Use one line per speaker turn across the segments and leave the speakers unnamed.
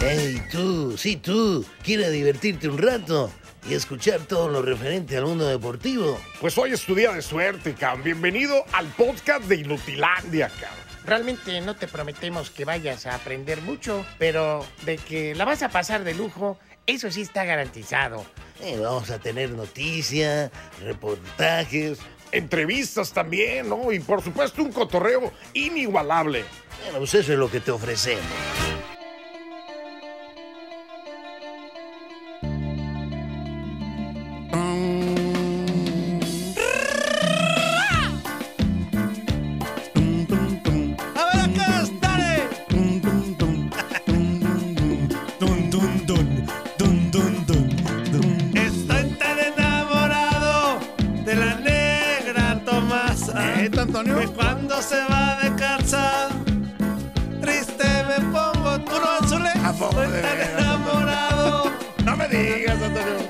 Hey, tú, sí, tú, ¿quieres divertirte un rato y escuchar todo lo referente al mundo deportivo?
Pues hoy es tu día de suerte, cabrón. Bienvenido al podcast de Inutilandia, cabrón.
Realmente no te prometemos que vayas a aprender mucho, pero de que la vas a pasar de lujo, eso sí está garantizado.
Eh, vamos a tener noticias, reportajes.
Entrevistas también, ¿no? Y por supuesto un cotorreo inigualable.
Bueno, pues eso es lo que te ofrecemos.
A ver acá, dale. Dun, dun, dun. Dun, dun, dun. Dun, dun, dun. Dun. Estoy tan enamorado de la negra Tomasa. Que cuando se va de casa, triste me pongo. ¿Tú no, Azule? Estoy tan enamorado.
No me digas, Antonio.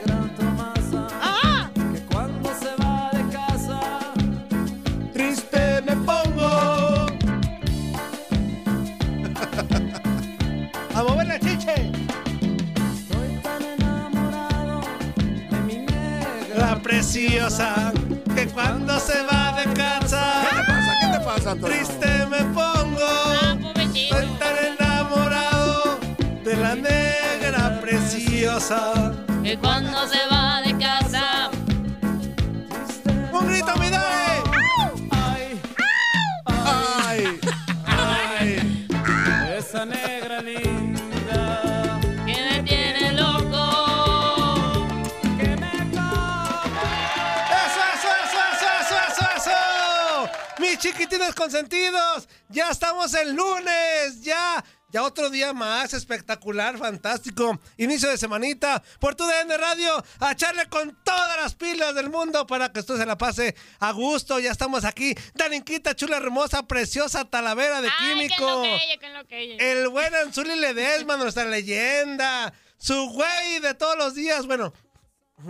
Que cuando se va de casa, triste me pongo. A mover la chiche. Estoy tan enamorado de mi negra. La preciosa. Que cuando se va de casa. ¿Qué te pasa? ¿Qué te pasa, Triste me pongo. Estoy tan enamorado de la negra preciosa.
Que cuando se va de casa,
¡Un grito me da! ¡Ay! ¡Ay! ¡Ay! Esa negra linda
que me tiene loco.
que me ¡Eso, eso, eso, eso, eso, eso, eso! ¡Mis chiquitines consentidos! ¡Ya estamos el lunes! ¡Ya! Ya otro día más, espectacular, fantástico. Inicio de semanita por tu DN Radio, a echarle con todas las pilas del mundo para que usted se la pase a gusto. Ya estamos aquí, Darinquita, chula, hermosa, preciosa, talavera de
Ay, que es
químico.
lo que ella, que es lo que ella.
El buen Anzuli Ledesma, nuestra leyenda. Su güey de todos los días, bueno.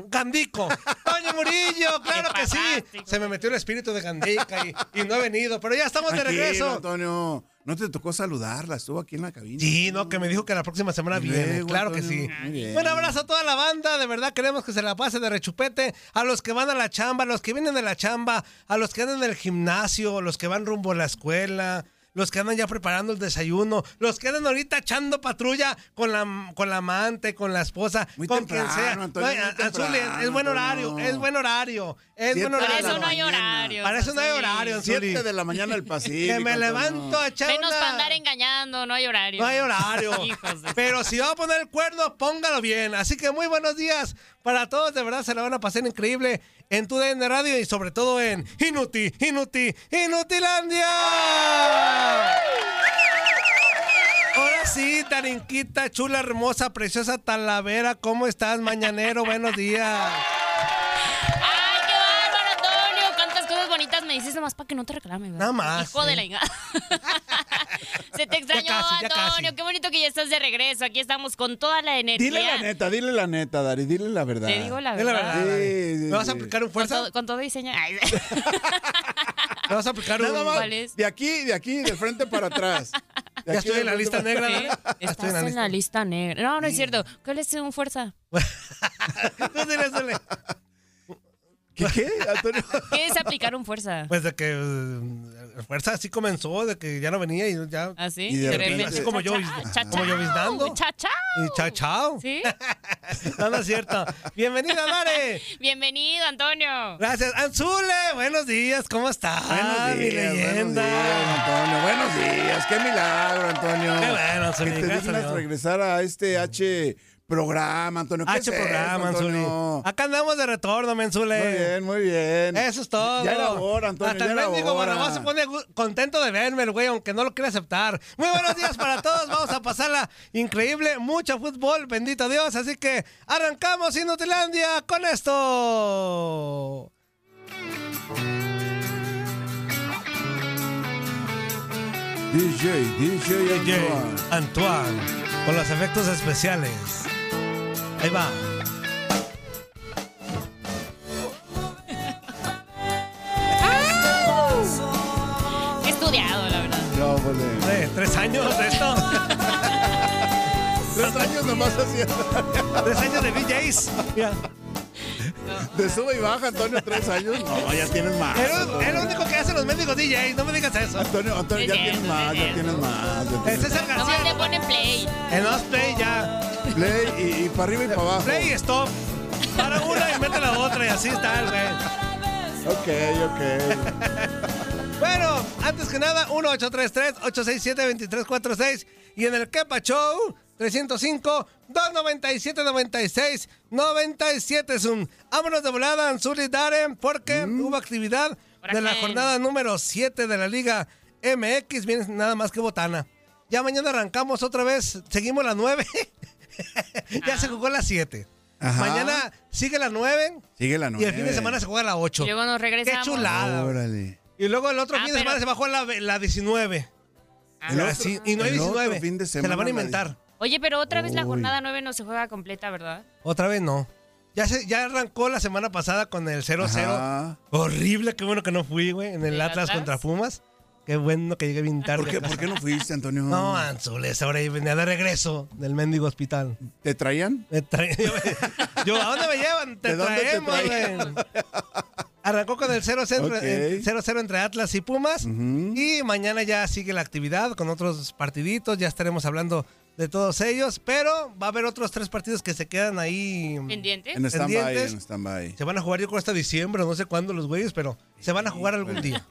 Gandico, Toño Murillo, claro que sí.
pasaste,
Se me metió el espíritu de Gandica y, y no he venido, pero ya estamos de
Tranquilo,
regreso.
Antonio, no te tocó saludarla, estuvo aquí en la cabina.
Sí, no, que me dijo que la próxima semana
Y
viene.
luego,
claro que
Antonio,
sí.
muy bien.
Un abrazo a toda la banda. De verdad queremos que se la pase de rechupete. A los que van a la chamba, a los que vienen de la chamba, a los que andan en el gimnasio, los que van rumbo a la escuela. Los que andan ya preparando el desayuno, los que andan ahorita echando patrulla con la, con la amante, con la esposa,
Muy
con
temprano,
quien sea.
Antonio,
Ay,
muy
a- Anzuli,
temprano,
es buen
Antonio.
horario, es buen horario, es
Siete
buen
de
horario.
Para
la
eso no hay
mañana.
horario.
Para eso no hay horario, Anzuli.
Siete de la mañana el Pacífico.
Que me
Antonio.
levanto a echar
Menos
una-
para andar engañando, no hay horario.
No hay horario.
Hijos de-
Pero si va a poner el cuerno, póngalo bien. Así que muy buenos días para todos. De verdad se la van a pasar increíble en tu DN Radio y sobre todo en Inuti, Inuti, Inutilandia. Ahora sí, Tarinquita, chula, hermosa, preciosa Talavera, ¿cómo estás, mañanero? Buenos días.
Ay, qué bárbaro, Antonio. Cuántas cosas bonitas me dices nomás para que no te reclame. ¿verdad?
Nada más,
Hijo de
sí.
la hija. Se te extrañó,
casi, ya casi.
Antonio. Qué bonito que ya estás de regreso. Aquí estamos con toda la energía.
Dile la neta, dile la neta, Dari, dile la verdad.
Te digo la
Es la
verdad.
verdad.
Sí,
Dani.
sí,
¿Me vas a
sí.
aplicar un
Con
fuerza?
todo, con todo diseño. Ay,
¿Me vas a aplicar un...?
Nada más,
¿Cuál es?
de aquí, de aquí, de frente para atrás. De
Ya
aquí
estoy
de
en la
frente
lista
para-
negra.
¿Eh?
¿verdad? Ya
Estás en la lista negra. No, no es cierto. ¿Cuál es un fuerza?
Tú dile, dile.
¿Qué? qué, Antonio?
¿Qué es aplicar un fuerza?
Pues de que eh, fuerza así comenzó, de que ya no venía y ya.
Así.
Y de repente-
Así como yo, como yo biznando.
Cha, chao.
Y chao, chao.
¿Sí?
No, no es cierto. Bienvenida, Mare.
Bienvenido, Antonio.
Gracias. Anzule, buenos días, ¿cómo estás?
buenos días,
mi
buenos
leyenda.
días, Antonio. Buenos días, qué milagro, Antonio.
Qué bueno,
Que
Anzuli,
te
gracias a
dignas
Dios.
regresar a este H programa, Antonio. ¿Qué
H
es esto,
programa, Anzuli.
Antonio?
Acá andamos de retorno, Menzule.
Muy bien, muy bien.
Eso es todo.
Ya era hora, Antonio.
Hasta
ya
el
era
mendigo
hora.
Barrabás se pone gu- contento de verme, el güey, aunque no lo quiera aceptar. Muy buenos días para todos. Vamos pasarla increíble, mucho fútbol, bendito Dios. Así que arrancamos Inutilandia con esto.
DJ, DJ,
DJ
Antoine.
Antoine, con los efectos especiales. Ahí va.
He estudiado, la verdad.
No, pues vale.
Eh, tres años de esto.
Tres años nomás haciendo.
tres años de DJs. Mira,
De sube y baja, Antonio, tres años. No, ya tienes más.
el, un- el
Antonio.
único que hacen los médicos DJs, no me digas eso.
Antonio, Antonio, ya
Sí,
tienes
sí,
más,
sí,
ya
sí.
tienes más. ya
El
tienes-
César
Nomás le
García.
pone play.
El Nos Play ya.
Play y, y para arriba y para abajo.
Play y stop. Para una y mete la otra y así está el güey.
Ok, ok.
Bueno, antes que nada, 1833-867-2346 y en el Kepa Show 305-297-96-97 Zoom. Vámonos de volada, Anzul y Daren, porque
Mm.
hubo actividad de la
Huracán.
jornada número 7 de la Liga MX. Viene nada más que botana. Ya mañana arrancamos otra vez, seguimos la 9. ya
Ah.
se jugó la 7.
Ajá.
Mañana sigue la 9
Sigue la
y
nueve.
el fin de semana se juega la 8.
Y luego nos
Qué
regresamos.
chulada. güey.
Órale.
Y luego el otro
Ah,
fin de semana
pero-
se bajó la, ve- la 19.
Ah.
El otro-
Así, y no hay
el otro
19.
fin de
se la van
semana
a
la
inventar.
Oye, pero otra vez la
Uy.
jornada 9 no se juega completa, ¿verdad?
Otra vez no. Ya, se, ya arrancó la semana pasada con el 0-0.
Ajá.
Horrible, qué bueno que no fui, güey, en el
¿El
Atlas,
Atlas?
contra Pumas. Qué bueno que llegué bien tarde.
¿Por qué,
acá.
¿Por qué no fuiste, Antonio?
No, Anzules, ahora yo venía de regreso del mendigo hospital.
¿Te traían?
Me trae- yo, yo, ¿a dónde me llevan? Te
¿De dónde te
traemos,
traían?
güey. Arrancó con el 0-0
Ok.
eh, 0-0 entre Atlas y Pumas.
Ujú.
Y mañana ya sigue la actividad con otros partiditos. Ya estaremos hablando de todos ellos. Pero va a haber otros tres partidos que se quedan ahí. mm,
¿Pendientes?
En stand-by,
Pendientes.
en stand-by.
Se van a jugar, yo creo, hasta diciembre, no sé cuándo los güeyes, pero se van a jugar algún día.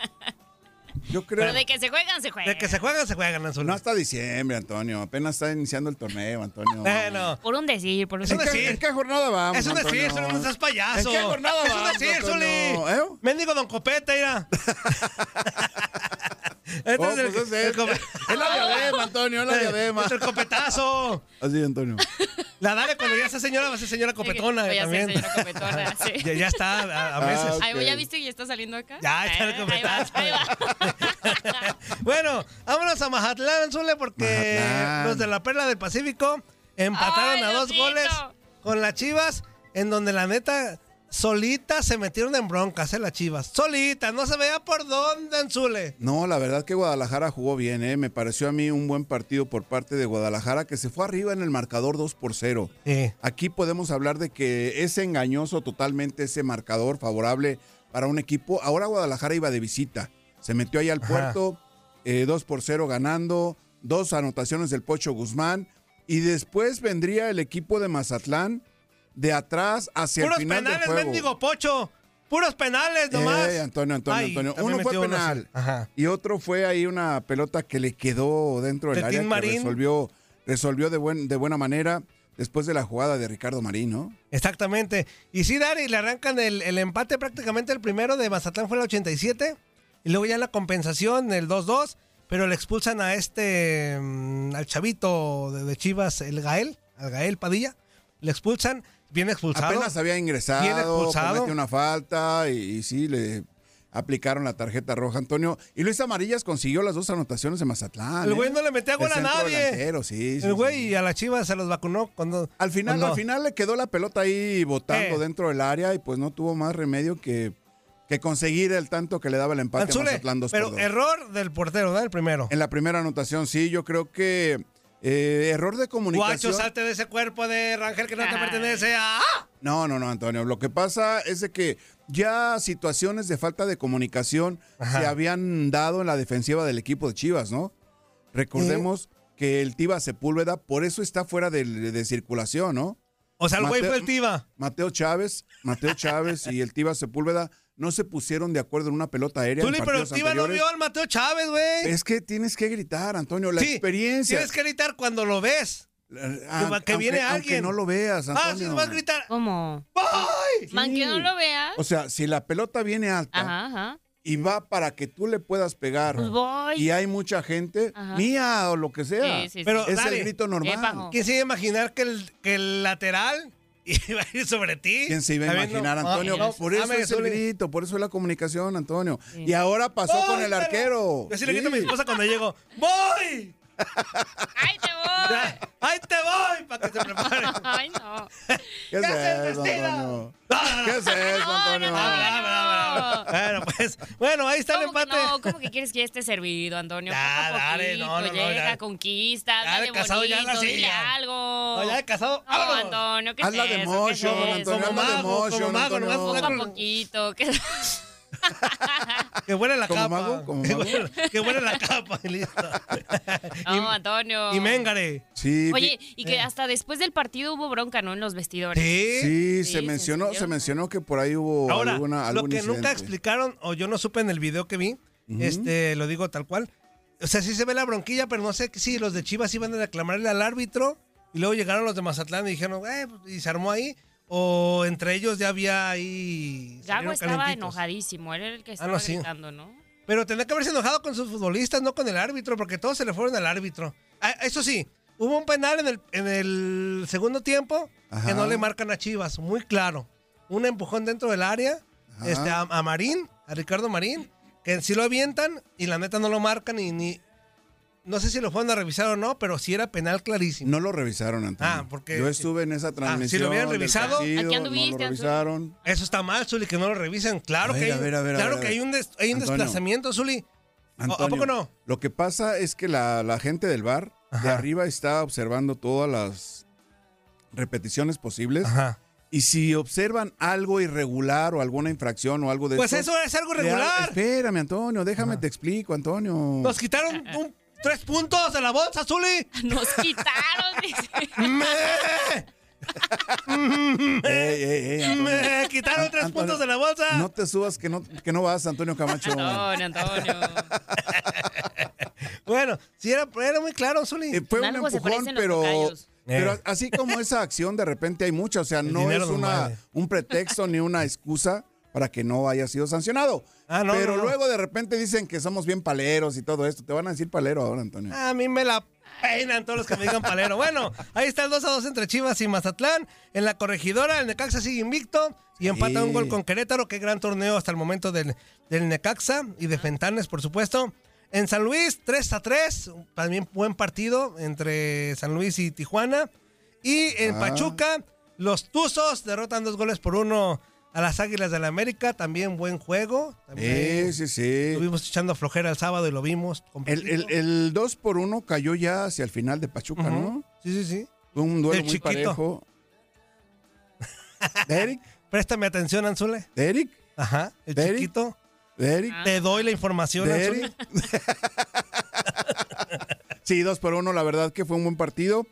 Yo creo.
Pero de que se juegan, se juegan.
De que se juegan, se juegan, Anzules.
No hasta diciembre, Antonio. Apenas está iniciando el torneo, Antonio.
Bueno,
Por un decir, por un
Es
¿En
una
decir.
sí.
qué, en qué jornada vamos?
es un
Antonio?
decir, Anzules, no seas payaso.
¿En qué jornada
Es un
vas,
decir,
Antonio?
Zuli.
¿Eh?
Mendigo Don Copete, mira. este
Oh,
es el,
pues es
el
este.
cope-
Es la diadema, Antonio, es la diadema.
Es el copetazo.
Así, Antonio.
La dale cuando ya sea señora, va a ser señora copetona
Oye,
eh,
ya sé,
también.
señora copetona, sí.
Ya, ya está, a, a veces.
Ah,
Ay,
ok.
¿Ya viste que ya está saliendo acá?
Ya, ya
Ah,
lo
Ahí va,
comentaste.
ahí va.
Bueno, vámonos a Mazatlán, Zule, porque
Mazatlán.
los de la Perla del Pacífico empataron
Ay,
a dos
Diosito.
goles con las Chivas, en donde la neta solitas se metieron en broncas, ¿eh? Las Chivas. Solitas, no se veía por dónde, Anzule.
No, la verdad que Guadalajara jugó bien, ¿eh? Me pareció a mí un buen partido por parte de Guadalajara que se fue arriba en el marcador 2 por 0.
Sí.
Aquí podemos hablar de que es engañoso totalmente ese marcador favorable para un equipo. Ahora Guadalajara iba de visita. Se metió ahí al
Ajá.
puerto, 2 por 0 ganando, dos anotaciones del Pocho Guzmán. Y después vendría el equipo de Mazatlán de atrás hacia
Puros
el Ah, final
penales,
del juego.
mendigo pocho. Puros penales nomás.
Eh, Antonio, Antonio,
Ay,
Antonio.
también
Uno fue
metió uno,
penal.
sí. Ajá.
Y otro fue ahí una pelota que le quedó dentro del
De
área
Tim
que
Marín.
resolvió, resolvió de, buen, de buena manera después de la jugada de Ricardo Marín, ¿no?
Exactamente. Y sí, Dari, le arrancan el, el empate prácticamente el primero de Mazatlán fue el 87. Y luego ya en la compensación, el 2-2. Pero le expulsan a este, mm, al chavito de, de Chivas, el Gael, al Gael Padilla. Le expulsan, viene expulsado.
Apenas había
Bien
ingresado,
expulsado.
cometió una falta y, y sí, le aplicaron la tarjeta roja, Antonio. Y Luis Amarillas consiguió las dos anotaciones de Mazatlán.
el güey
¿eh?
no le metía
El
gol a
centro
nadie.
delantero, sí, sí,
El güey
sí.
y a la Chivas se los vacunó cuando...
Al final,
cuando-
al final le quedó la pelota ahí botando
Eh.
dentro del área y pues no tuvo más remedio que, que conseguir el tanto que le daba el empate
Anzule,
a Mazatlán 2
pero
por 2.
error del portero, ¿verdad? El primero.
En la primera anotación, sí, yo creo que eh, error de comunicación.
Guacho, salte de ese cuerpo de Rangel que no te
Ay.
pertenece. ¡Ah!
No, no, no, Antonio. Lo que pasa es de que ya situaciones de falta de comunicación se habían dado en la defensiva del equipo de Chivas, ¿no? Recordemos que el Tiva Sepúlveda por eso está fuera de, de circulación, ¿no?
O sea, el güey
Mateo-
fue el tiba.
Mateo Chávez, Mateo Chávez y el Tiva Sepúlveda no se pusieron de acuerdo en una pelota aérea. en
Tuli, pero el
partidos
tiba no
anteriores.
vio al Mateo Chávez, güey.
Es que tienes que gritar, Antonio, la
Sí,
experiencia.
Tienes que gritar cuando lo ves.
Ah,
que viene
aunque-
alguien.
Aunque no lo veas, Antonio.
Ah, sí, vas a gritar.
¿Cómo?
¡Ay!
Man, que no lo vea.
O sea, si la pelota viene alta,
Ajá, ajá.
y va para que tú le puedas pegar.
Pues voy.
Y hay mucha gente,
Ajá.
mía o lo que sea.
Sí, sí, sí.
Pero
Es
dale.
el grito normal.
Epa.
¿Quién se iba a imaginar que el, que el lateral iba a ir sobre ti?
¿Quién se iba a
Está viendo,
imaginar,
ah,
Antonio?
no,
por eso
dame,
es el
Zuli.
grito, por eso es la comunicación, Antonio. Y ahora pasó
¡Voy,
con el
pero-
arquero.
Yo sí le grito a mi
Sí.
esposa cuando llego. ¡Voy!
¡Ay, te voy!
Ya, ¡Ahí te voy! Para que se prepare.
¡Ay, no!
¿Qué es eso, Antonio? ¿Qué es eso,
No, no,
Antonio?
no, no.
Bueno, pues, bueno, ahí está el
¿Cómo que
empate.
no? ¿Cómo que quieres que ya esté servido, Antonio?
Ya,
Poco a
Ah, dale, no,
poquito,
no, no,
llega,
ya.
conquista,
Ya,
dale
de casado, ya,
bonito,
ahora sí,
dile
ya.
algo.
No, ya de casado.
No,
¡vámonos!
Antonio, ¿qué es
Hazla de
eso?
motion, don
¿Qué es eso?
Antonio,
Como
hazla de
mago, como
motion,
mago, nomás
Antonio.
Poco
una
a poquito. ¿qué es eso?
Que huele la
¿Como
capa.
mago? ¿Como
Que
mago?
huele- Que huele la capa. y listo.
No, Antonio.
Y Méngare.
Sí,
Oye, y que hasta después del partido hubo bronca, ¿no? En los vestidores.
Sí.
Sí,
Sí, se
se
mencionó, se
encendieron.
mencionó que por ahí hubo
Ahora,
alguna
lo
algún
que nunca
incidente.
explicaron, o yo no supe en el video que vi, este, lo digo tal cual. O sea, sí se ve la bronquilla, pero no sé si los de Chivas iban a reclamarle al árbitro y luego llegaron los de Mazatlán y dijeron, eh, pues, y se armó ahí. O entre ellos ya había ahí.
Gago
salieron
estaba
calentitos.
enojadísimo, era el que
Ah,
no,
estaba
sí.
gritando, ¿no?
Pero tenía que haberse enojado con sus futbolistas, no con el árbitro, porque todos se le fueron al árbitro. Ah, Eso sí, hubo un penal en el, en el segundo tiempo
Ajá.
que no le marcan a Chivas, muy claro. Un empujón dentro del área
Ajá.
este, a, a Marín, a Ricardo Marín, que sí lo avientan y la neta no lo marcan y ni... No sé si lo fueron a revisar o no, pero sí era penal clarísimo.
No lo revisaron, Antonio.
Ah, porque-
Yo estuve en esa transmisión.
si lo hubieran
del
revisado-
partido,
Aquí
No
anduviste,
lo
Antonio.
revisaron.
Eso está mal, Zuli, que no lo revisen. Claro
A ver,
que hay,
a ver, a ver, a
claro
ver, a
que
ver.
hay un, des- hay un
Antonio.
desplazamiento, Zuli. ¿A- ¿A
Antonio,
poco no?
Lo que pasa es que la, la gente del bar de
Ajá.
arriba está observando todas las repeticiones posibles.
Ajá.
Y si observan algo irregular o alguna infracción o algo de
Pues
esto,
eso es algo
le ha-
regular.
Espérame, Antonio, déjame te explico, Antonio.
Nos quitaron un- tres puntos de la bolsa, Zuli.
Nos quitaron, dice.
Me,
Ey, ey, ey, Antonio.
me quitaron tres
Antonio,
puntos de la bolsa.
No te subas que no, que no vas, Antonio Camacho.
Antonio, Antonio.
Bueno, sí, era, era muy claro, Zuli.
Eh, fue
En
un
algo se
empujón,
parecen los
pero,
tocayos.
pero
Eh.
así como esa acción, de repente hay mucha. O sea, no
dinero
es
nos
una,
mueve.
un pretexto ni una excusa para que no haya sido sancionado.
Ah, no,
pero
no, no.
luego de repente dicen que somos bien paleros y todo esto. Te van a decir palero ahora, Antonio.
A mí me la peinan todos los que me digan palero. Bueno, ahí está el 2 a 2 entre Chivas y Mazatlán. En la corregidora, el Necaxa sigue invicto y empata
Sí.
un gol con Querétaro. Qué gran torneo hasta el momento del, del Necaxa y de Fentanes, por supuesto. En San Luis, 3 a 3. También buen partido entre San Luis y Tijuana. Y en
Ah.
Pachuca, los Tuzos derrotan dos goles por uno a las Águilas del América. También buen juego. También
Eh, sí, sí.
Estuvimos echando flojera el sábado y lo vimos.
El,
completito.
el, el 2 por 1 cayó ya hacia el final de Pachuca, ¿no?
Sí, sí, sí.
Fue un duelo
Del
muy
chiquito.
parejo. ¿De Eric?
Préstame atención, Anzule.
¿De Eric?
Ajá. El
¿Derek?
chiquito.
¿De Eric?
Ah.
Te doy la información,
¿De
Anzule.
Eric? sí, dos por uno, la verdad que fue un buen partido.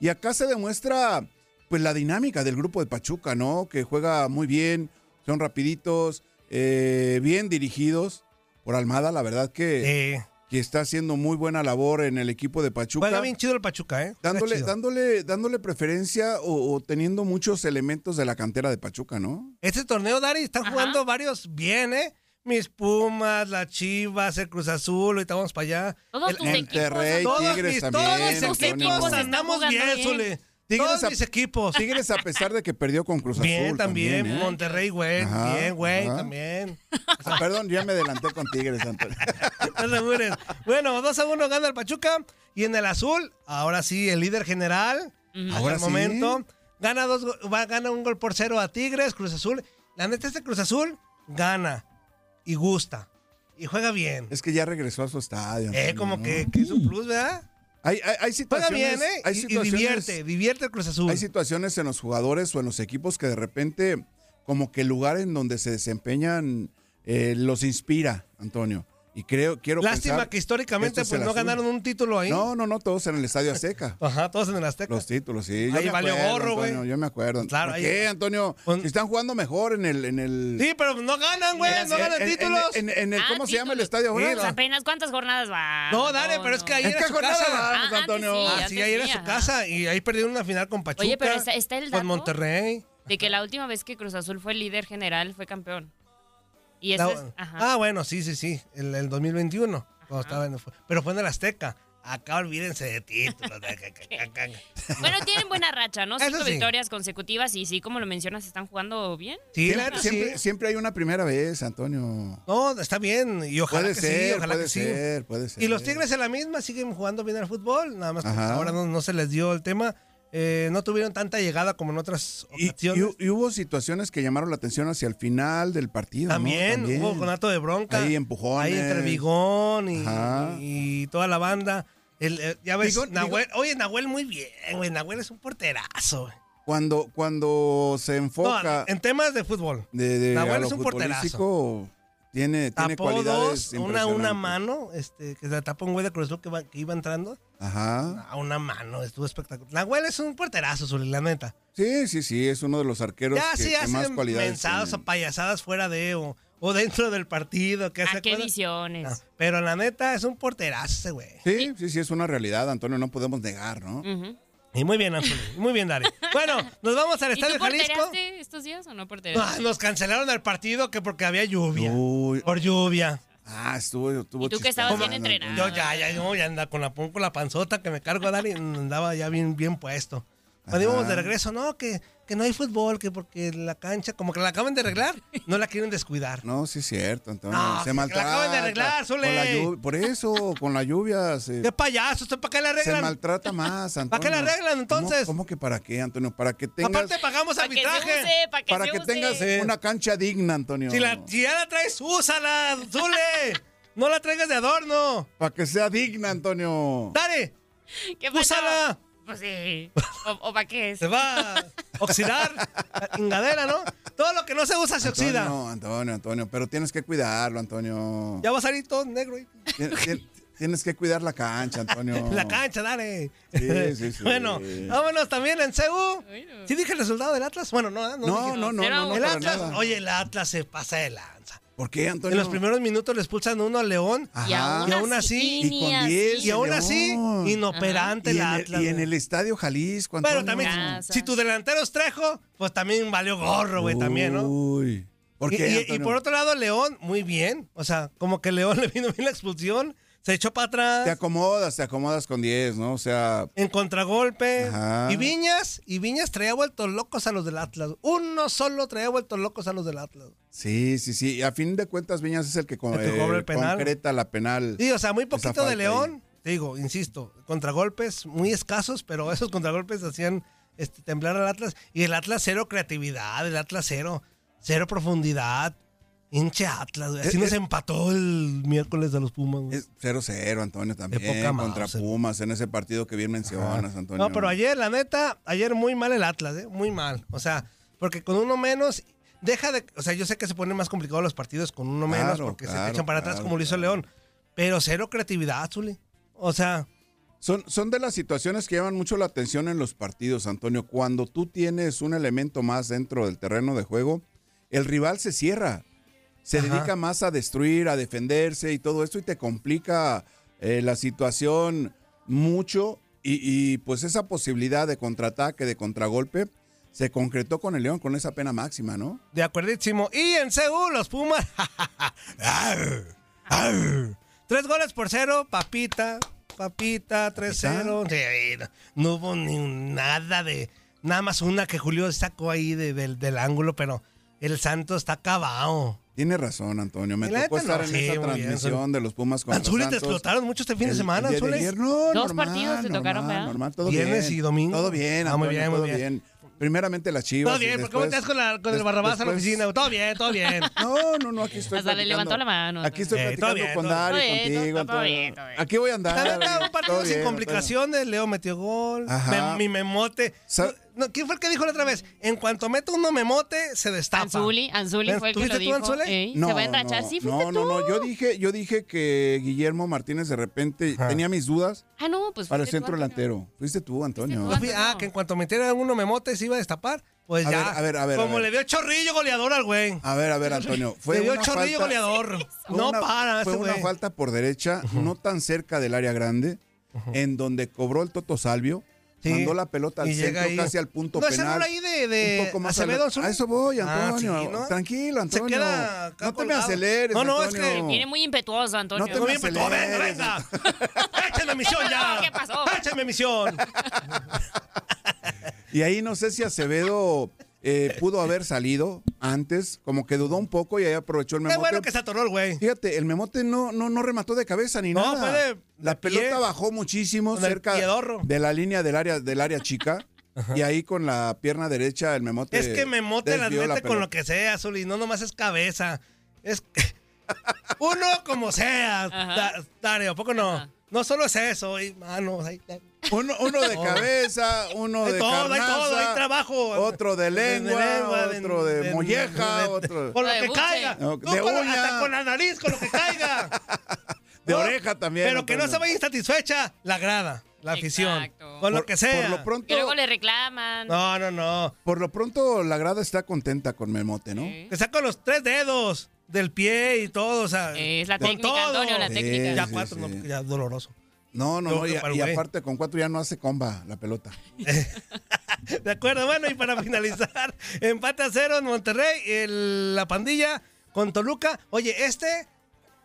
Y acá se demuestra pues la dinámica del grupo de Pachuca, ¿no? Que juega muy bien, son rapiditos, eh, bien dirigidos por Almada, la verdad que,
Eh,
que está haciendo muy buena labor en el equipo de Pachuca.
juega bien chido el Pachuca, ¿eh? Juega
Dándole,
chido.
dándole, dándole preferencia o, o teniendo muchos elementos de la cantera de Pachuca, ¿no?
Este torneo, Dari, están
Ajá.
jugando varios bien, ¿eh? Mis Pumas, las Chivas, el Cruz Azul, ahorita vamos para allá.
Todos
El-
tus equipos.
Monterrey,
Antonio.
todos
Tigres
mis,
también,
todos mis
Antonio.
equipos
Están
andamos
jugando
bien,
bien.
Zule.
Tigres
todos
a-
mis equipos.
Tigres, a pesar de que perdió con Cruz
Bien,
Azul.
también.
¿eh?
Monterrey, güey.
Ajá,
Bien, güey,
ajá.
también.
Perdón, ya me adelanté con Tigres, Antonio.
No se apuren. Bueno, 2 a 1 gana el Pachuca. Y en el azul, ahora sí, el líder general. Ahora
Ahora
el
sí.
momento. Gana, dos, go- va, gana un gol por cero a Tigres, Cruz Azul. La neta, este Cruz Azul gana y gusta. Y juega bien.
Es que ya regresó a su estadio.
Eh,
Antonio,
como
¿no?
que, que es un plus, ¿verdad?
Hay, hay, hay
Juega
situaciones.
bien, ¿eh?
hay
Y- Y,
situaciones-
divierte, divierte el Cruz Azul.
Hay situaciones en los jugadores o en los equipos que de repente, como que el lugar en donde se desempeñan eh, los inspira, Antonio. Y creo, quiero
Lástima
pensar
que
esto
históricamente
es
pues,
el
no
azul.
ganaron un título ahí.
No, no, no, todos en el Estadio Azteca.
Ajá, todos en el Azteca.
Los títulos, sí. Yo
Ahí
me
valió
acuerdo,
gorro, güey.
Antonio, Yo me acuerdo.
Claro,
¿Por
ahí-
qué, Antonio?
Un-
Si están jugando mejor en el. En el
Sí, pero no ganan, güey. No ganan
en- en-
títulos.
En, en el,
Ah,
¿Cómo se llama el
títulos.
estadio ahora?
Pues apenas cuántas jornadas va.
no, dale, pero es que ahí
¿En
era
qué
su
jornada
casa.
va?
Ah,
Vamos, Antonio.
Antonio.
Ah, sí, ahí era su casa y ahí perdieron una final con Pachuca.
Oye, pero está- está el
Con
dato.
Monterrey.
De que la última vez que Cruz Azul fue líder general fue campeón. Y
La-
eso es. Ajá.
Ah, bueno, sí, sí, sí. El, el 2021. cuando estaba en- pero fue en el Azteca. Acá olvídense de títulos.
Bueno, tienen buena racha, ¿no?
Eso
Cinco
sí.
victorias consecutivas y sí, como lo mencionas, están jugando bien.
sí, la
Siempre,
neta,
siempre-
sí.
siempre hay una primera vez, Antonio.
No, está bien. Y ojalá
Puede
que
ser,
sí, ojalá
puede
que sí.
ser, puede ser.
Y los Tigres en la misma siguen jugando bien al fútbol, nada más que pues,
Ajá.
ahora no, no se les dio el tema. Eh, no tuvieron tanta llegada como en otras
Y,
ocasiones.
y- y hubo situaciones que llamaron la atención hacia el final del partido. ¿no?
también, hubo conato de bronca.
Ahí empujones.
Ahí entre Vigón y,
Ajá.
y toda la banda. El, eh, ya ves,
Vigón-
Nahuel, oye, Nahuel muy bien, güey. Nahuel es un porterazo. güey.
Cuando, cuando se
No,
enfoca
en temas de fútbol.
de, de
Nahuel
a lo
es un porterazo.
futbolístico, tiene, tiene
Tapó
cualidades
dos, una, una
impresionantes.
mano, este, que se tapó un güey de Cruz Azul que, va- que iba entrando.
Ajá.
A una mano, estuvo espectacular. Nahuel es un porterazo, Zuli, la neta.
Sí, sí, sí, es uno de los arqueros
Ya
que,
sí
que más
hacen
cualidades
mensados o
tienen.
payasadas fuera de o, o dentro del partido. Que
¿A
hace
Ah, qué
cosas.
visiones?
No, Ah, pero la neta es un porterazo, ese güey.
Sí, sí, sí, es una realidad, Antonio, no podemos negar, ¿no?
Ujú.
Y muy bien, Anthony. Muy bien, Dari. Bueno, nos vamos al
¿Y tú
Estadio Jalisco.
portereaste estos días o no
Ah,
portereaste?
nos cancelaron el partido que porque había lluvia.
Uy,
Por lluvia.
ah, estuvo, estuvo
Y tú que estabas
chistoso,
bien
¿no, Antonio?
entrenado.
Yo ya, ya, yo ya andaba con la, pon- con la panzota que me cargo, Dari. Andaba ya bien, bien puesto. Cuando
Ajá.
íbamos de regreso, no, que, que no hay fútbol, que porque la cancha, como que la acaban de arreglar, no la quieren descuidar.
No, sí es cierto, Antonio.
No,
se
Ah, que la
maltrata.
acaban de arreglar, Zule.
Con la llu- Por eso, con la lluvia se,
¡Qué payaso! ¿Usted para qué la
se
arreglan?
maltrata más, Antonio.
qué la arreglan, entonces?
¿Cómo, cómo que para qué, Antonio? Para que tengas,
Aparte pagamos
Para que se
arbitraje.
use, para que
para
se
que
use.
tengas una cancha digna, Antonio.
Si, la, si ya la traes, úsala, Zule. no la traigas de adorno.
Para que sea digna, Antonio.
Dale,
¿Qué pasó?
úsala.
Pues sí. ¿O, para qué es?
se va a oxidar. La chingadera, ¿no? Todo lo que no se usa se oxida.
Antonio, Antonio, Antonio, pero tienes que cuidarlo, Antonio.
Ya va a salir todo negro. ahí.
Tien- tien- Tienes que cuidar la cancha, Antonio.
La cancha, dale.
Sí, sí, sí.
Bueno, vámonos también en CU. ¿Sí dije el resultado del Atlas? Bueno, no, ¿eh? no.
No,
dije.
no, no, no,
Pero-
no,
el
para
Atlas,
nada.
oye, el Atlas se pasa de lanza.
¿Por qué, Antonio?
En los primeros minutos le expulsan uno al León.
Y
Ajá.
aún,
Y aún
así.
así- y con
ni
diez,
Y aún
León.
así, inoperante
Y
el
en, el,
Atlas.
y en
güey.
el estadio Jalisco, Antonio.
Pero también,
Casa.
si tu delantero es Trejo, pues también valió gorro, güey, también, ¿no?
Uy. Uh, ¿Por
Y-
qué,
y, y
Antonio?
por otro lado, León, muy bien. O sea, como que León le vino bien la expulsión, se echó para
Te
atrás,
acomodas, te acomodas con 10, ¿no? O sea,
en contragolpe.
Ajá.
Y Viñas, y Viñas traía vueltos locos a los del Atlas. Uno solo traía vueltos locos a los del Atlas.
sí, sí, sí. A fin de cuentas, Viñas es el que, con, eh,
El que cobra el penal.
concreta la penal.
Sí, o sea, muy
Esa
poquito
falta
de León. Te digo, insisto, contragolpes muy escasos, pero esos contragolpes hacían este, temblar al Atlas. Y el Atlas cero creatividad, el Atlas cero, cero profundidad. Hinche Atlas, güey. Así
Es-
nos
es-
empató el miércoles de los Pumas. güey.
Es 0-0, Antonio,
De
también.
poca madre.
Contra Pumas, en ese partido que bien mencionas, Antonio.
No, pero ayer, la neta, ayer muy mal el Atlas, ¿eh? Muy mal. O sea, porque con uno menos, deja de. O sea, yo sé que se ponen más complicados los partidos con uno
Claro,
menos porque se
claro,
te echan para atrás
claro,
como lo hizo
claro.
León. Pero cero creatividad, Zuli. O sea,
Son, son de las situaciones que llaman mucho la atención en los partidos, Antonio. Cuando tú tienes un elemento más dentro del terreno de juego, el rival se cierra. Se
Ajá.
dedica más a destruir, a defenderse y todo esto y te complica eh, la situación mucho. Y, y, pues esa posibilidad de contraataque, de contragolpe, se concretó con el León con esa pena máxima, ¿no?
De acuerdísimo. Y en Seúl, los Pumas. Arr, arr. Tres goles por cero, papita, papita, 3-0. Sí, no, no hubo ni un- nada de. Nada más una que Julio sacó ahí de- del, del ángulo, pero el Santo está acabado.
Tiene razón, Antonio. Me
Y la
tocó
neta,
estar
no,
en
sí,
esa
muy bien,
transmisión
Anzuli.
de los Pumas contra
Anzuli, te
Santos.
explotaron mucho este fin de
El-
semana,
el día de
Anzuli.
ayer, no,
Dos partidos te tocaron, ¿verdad?
Ah, Normal, todo
Viernes
bien.
y domingo.
Todo bien,
Ah, muy
Antonio,
bien, muy
todo bien.
bien.
Primeramente las chivas.
Todo bien,
y
¿por qué volteas
después-
con, la- con el
des-
Barrabás a la
después-
oficina? Todo bien, todo bien.
No, no, no, aquí estoy
Hasta le
platicando-
levantó la mano,
Aquí estoy
Eh, todo
platicando
bien,
con
todo
Dari,
bien. Todo bien,
contigo,
todo
Antonio.
bien, todo bien.
Aquí voy a andar.
La neta, un partido
Todo bien,
sin
Antonio.
complicaciones. Leo metió gol.
Ajá.
Me- mi memote.
Sa-
No, no, ¿Quién fue el que dijo la otra vez? En cuanto meto un memote, se destapa.
Anzuli, Anzuli
¿Ves?
fue el que
¿Tuviste
lo
tú,
dijo.
Anzuli?
Ey, se va a enrachar. sí, fuiste
no,
tú.
no, no, yo dije, yo dije que Guillermo Martínez de repente
Ajá.
tenía mis dudas
Ah, no, pues.
para el
fuiste tú,
centro
Antonio.
delantero. Fuiste tú, Antonio.
tú,
Yo fui,
Antonio.
ah, que en cuanto metiera uno memote, se iba a destapar. Pues
A
ya.
ver, a ver, a ver, a
Como
ver.
le dio chorrillo goleador al güey.
A ver, a ver, Antonio. Fue
Le dio
una
chorrillo
falta-
goleador.
Fue
No
una-
para ese
Fue una
güey.
falta por derecha, no tan cerca del área grande, en donde cobró el Toto Salvio.
Sí.
mandó la pelota al
Y llega
centro
ahí.
casi al punto
No, ese
penal.
gol ahí de- de
un poco más adelante.
Acevedo Anzuli.
A eso voy,
Ah,
Antonio.
sí, ¿no?
Tranquilo,
Se
Antonio.
queda acá
no te me
colgado.
aceleres.
No, no, es
Antonio.
que-
Viene muy impetuoso, Antonio.
No te me
Bien, pues, todo, venga,
aceleres.
venga. Échenme misión ya.
¿Qué pasó?
Échenme misión.
Y ahí no sé si Acevedo eh, pudo haber salido antes, como que dudó un poco y ahí aprovechó el
Qué
memote.
bueno que se atoró el güey.
Fíjate, el memote no, no, no remató de cabeza ni
No,
nada.
fue de- de
la
pie.
pelota bajó muchísimo
Con el
cerca
piedorro.
de la línea del área, del área chica. Y ahí con la pierna derecha el memote.
Es que me mote las
desvió
mete con
pelota.
lo que sea, Azul, y no nomás es cabeza. Es que- uno como sea, da- Dario, ¿a poco no?
Ajá.
No solo es eso, y manos, ahí- Oh.
Uno, uno de cabeza, uno
Hay
de
todo, hay
carnaza,
todo, hay trabajo.
Otro de lengua,
de-
otro de,
de-
molleja,
de-
otro
Con lo
De
que
buche.
caiga.
No,
Tú
de
con la-
uña.
Hasta con la nariz, con lo que caiga.
de
No,
oreja también.
Pero que no
Antonio.
se vaya insatisfecha la grada, la afición.
Exacto.
Con lo
Por-
que sea.
Por lo pronto,
Que luego le reclaman.
No, no, no.
por lo pronto la grada está contenta con Memote, ¿no?
Sí.
Que saca los tres dedos del pie y todo, o sea.
Es la
con
técnica,
todo.
Antonio, la
Sí,
técnica.
Ya
sí,
cuatro,
sí.
no, porque ya es doloroso.
No, no,
Yo
no.
creo
Y,
para el
y
güey.
aparte con cuatro ya no hace comba la pelota.
De acuerdo, bueno, y para finalizar, empate a cero en Monterrey, el- la pandilla con Toluca. Oye, este,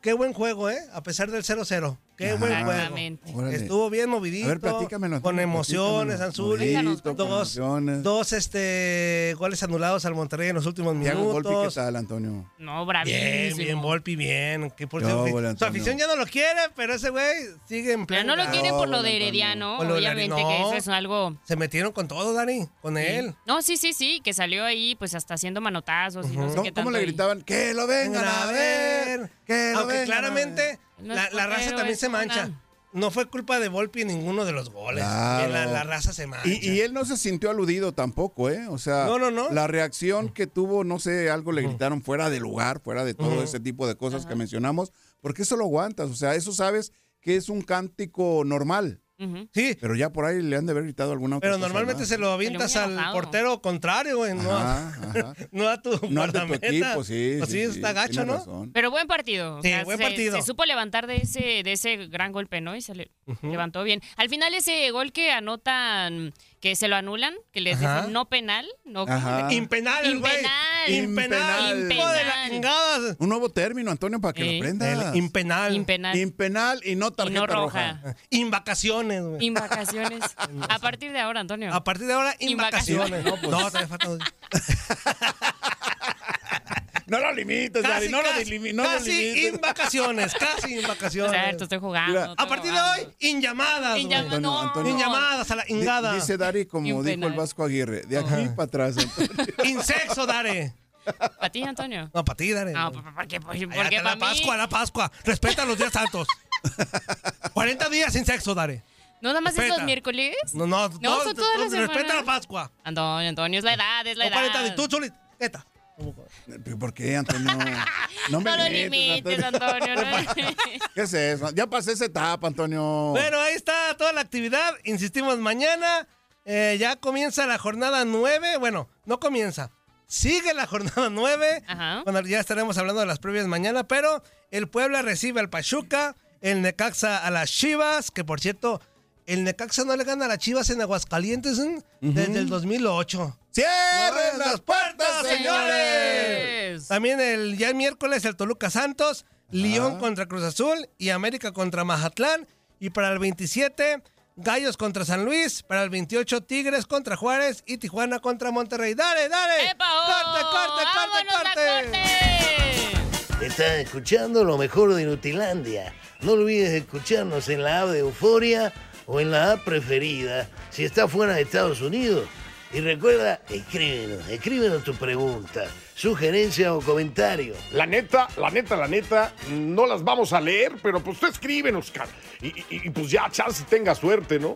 qué buen juego, ¿eh? A pesar del 0-0. Qué buen juego.
Exactamente.
Órale.
Estuvo bien movidito.
A ver, platícamelo,
Con
Antonio,
emociones,
platícamelo.
Anzuli.
Movidito, con
dos,
emociones.
dos este, goles anulados al Monterrey en los últimos
Tiago Volpi, ¿qué
minutos.
tal, Antonio?
No, bravísimo.
Bien, bien, Volpi, bien. Que por
Qué
cierto,
óvole,
su
Antonio.
afición ya no lo quiere, pero ese güey sigue en
Pero
plena.
no lo quieren por lo de
Antonio.
Herediano,
Por lo de
obviamente,
Herediano.
que eso es algo...
Se metieron con todo, Dani, con él.
No, sí, sí, sí, que salió ahí pues hasta haciendo manotazos y no sé
¿Cómo,
qué
cómo
tanto
le
ahí.
gritaban? ¡Que lo vengan a ver! ¡Que lo
Aunque
vengan a ver!
claramente
No
la,
es
la raza
portero,
también
es
se mancha.
una-
No fue culpa de Volpi ninguno de los goles.
Claro.
Que La, la raza se mancha.
Y, y él no se sintió aludido tampoco, ¿eh? O sea,
No, no, no.
la reacción que tuvo, no sé, algo le gritaron fuera de lugar, fuera de todo ese tipo de cosas que mencionamos, porque eso lo aguantas, o sea, eso sabes que es un cántico normal,
Ujú.
sí,
pero ya por ahí le han de haber gritado alguna otra
pero
cosa
normalmente
más.
se lo avientas
Pero muy
al
enojado.
portero contrario, güey. No, a-
Ajá, ajá.
no a tu
No al de tu
guardameta.
equipo, sí.
Pues sí, está gacho,
tienes
¿no?
razón.
Pero buen partido. o
Sí,
sea,
buen
se,
partido.
se supo levantar de ese, de ese gran golpe, ¿no? Y se le- levantó bien. Al final ese gol que anotan, que se lo anulan, que les
Ajá.
dicen no penal, no
Ajá.
Impenal, el güey.
Impenal.
Impenal.
Impenal.
Hijo de la chingada.
Un nuevo término, Antonio, para que
Sí.
lo aprendas.
El impenal.
impenal.
Impenal y no
y
tarjeta
no
roja.
roja.
Invacaciones, güey.
En vacaciones. A partir de ahora, Antonio.
A partir de ahora, invacaciones.
Invacaciones.
No, pues. no, todavía falta.
No lo limites, Daddy, no lo dilimi- no lo
casi
limites.
invacaciones, casi invacaciones.
Cierto, estoy jugando.
Mira,
estoy
A partir de
jugando.
hoy, inllamadas.
En
güey.
llama-
Antonio,
no.
Antonio.
Sin llamadas a la
Di-
ingada.
Dice Dari, como dijo el
Impenal.
Vasco Aguirre, de aquí para atrás. Antonio.
Insexo, Dare.
¿A ti, Antonio?
No, para ti, Dare.
No, ¿por por qué? ¿Por por-
Allá
porque
está
para
la
mí?
Pascua, la Pascua. Respeta los días santos. 40 días sin sexo, Dare.
¿No nada más es los
respeta.
miércoles?
No, no,
No, son todas las
respeta la
semanas.
Pascua.
Antonio, Antonio, es la edad, es la
No
edad.
40 días. Tú, Zuli, neta.
¿Pero ¿Por qué, Antonio? No me
No lo
limites,
limites,
Antonio.
Antonio. ¿no?
¿Qué es eso? Ya pasé esa etapa, Antonio.
Bueno, ahí está toda la actividad. Insistimos, mañana eh, ya comienza la jornada 9. Bueno, no comienza. Sigue la jornada 9.
Ajá.
Bueno, ya estaremos hablando de las previas mañana, pero el Puebla recibe al Pachuca, el Necaxa a las Chivas, que por cierto, el Necaxa no le gana a las Chivas en Aguascalientes ¿eh? desde el 2008.
¡Cierren las puertas, señores!
Señores.
También el ya el miércoles el Toluca Santos, León contra Cruz Azul y América contra Mazatlán. Y para el 27, Gallos contra San Luis. Para el 28, Tigres contra Juárez y Tijuana contra Monterrey. ¡Dale, dale!
¡Epa! oh!
¡Corte, corte,
¡Vámonos a
corte, corte!
corte!
Estás escuchando lo mejor de Nutilandia. No olvides escucharnos en la app de Euforia o en la app preferida si estás fuera de Estados Unidos. Y recuerda, escríbenos, escríbenos tu pregunta, sugerencia o comentario.
La neta, la neta, la neta, no las vamos a leer, pero pues tú escríbenos, Oscar. Y, y- y pues ya, chance tenga suerte, ¿no?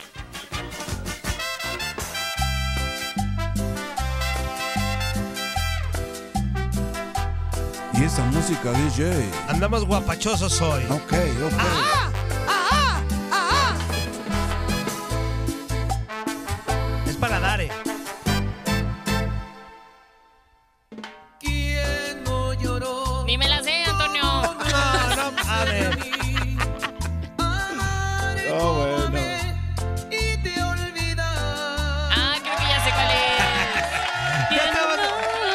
Y esa música, DJ.
Andamos guapachosos hoy.
Ok, ok.
Es para Dare.
Ni me la sé, Antonio.
No, no, a ver.
No, bueno.
Ah, creo que ya sé cuál es.
Ya estamos.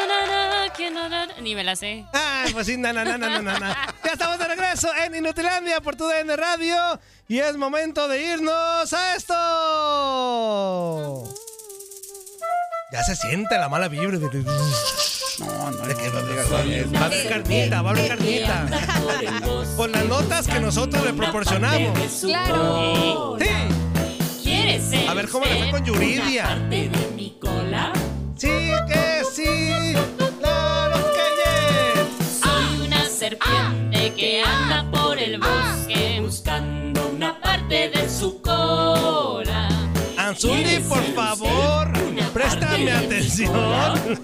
Na, na, na, na, que na, na, na. Ni me la sé.
Ay, pues sí, na, na, na, na, na, na, na. Ya estamos de regreso en Inutilandia por tu DN Radio. Y es momento de irnos a esto. Ya se siente la mala vibra. De que...
No, no,
de que va a
no,
haber- va a haber carnita, va a haber carnita. Con las notas que nosotros le proporcionamos.
Claro.
Sí.
¿Quieres ser
A ver, ¿cómo le fue con
usted
Yuridia?
una parte de mi cola?
Sí que sí. Claro que yes.
Soy una serpiente que anda por el bosque buscando una parte de su cola.
Anzuli, por favor, préstame atención.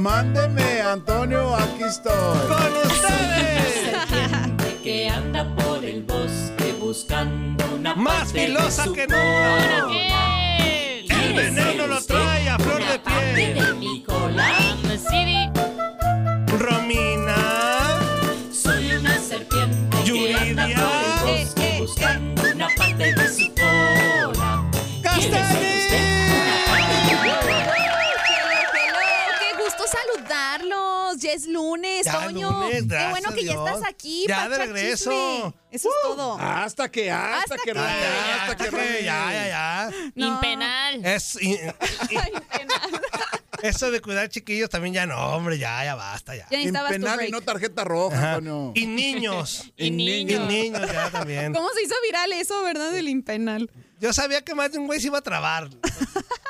Mándeme, Antonio, aquí estoy.
Con ustedes.
Serpiente que anda por el bosque buscando una
Más
parte de
filosa
su
que nunca.
cola.
Bien.
El veneno lo trae a flor de
Parte
piel.
de mi cola.
Vamos, Siri.
Romina,
Soy una serpiente que anda
Yuridia.
por el
Eh,
bosque buscando una parte de su cola.
Castañeda.
Hello, hello, Qué gusto saludarlos. Ya es lunes,
Ya
Toño.
lunes,
Qué
gracias
bueno que ya
a Dios.
estás aquí.
Ya
pa'
de
echar
regreso.
chisme. Eso es todo.
Uh,
Hasta que, hasta,
Hasta
que,
que-
raya,
Ya,
hasta que
ya,
raya.
ya, ya.
Impenal.
Es, y- y- eso de cuidar chiquillos también ya no, hombre, ya, ya basta, ya.
Ya necesitabas tu
Penal y
break.
no tarjeta roja, Antonio.
Y niños.
Y
Y
niños.
niños ya también.
¿Cómo se hizo viral eso, verdad, del impenal?
Yo sabía que más de un güey se iba a trabar.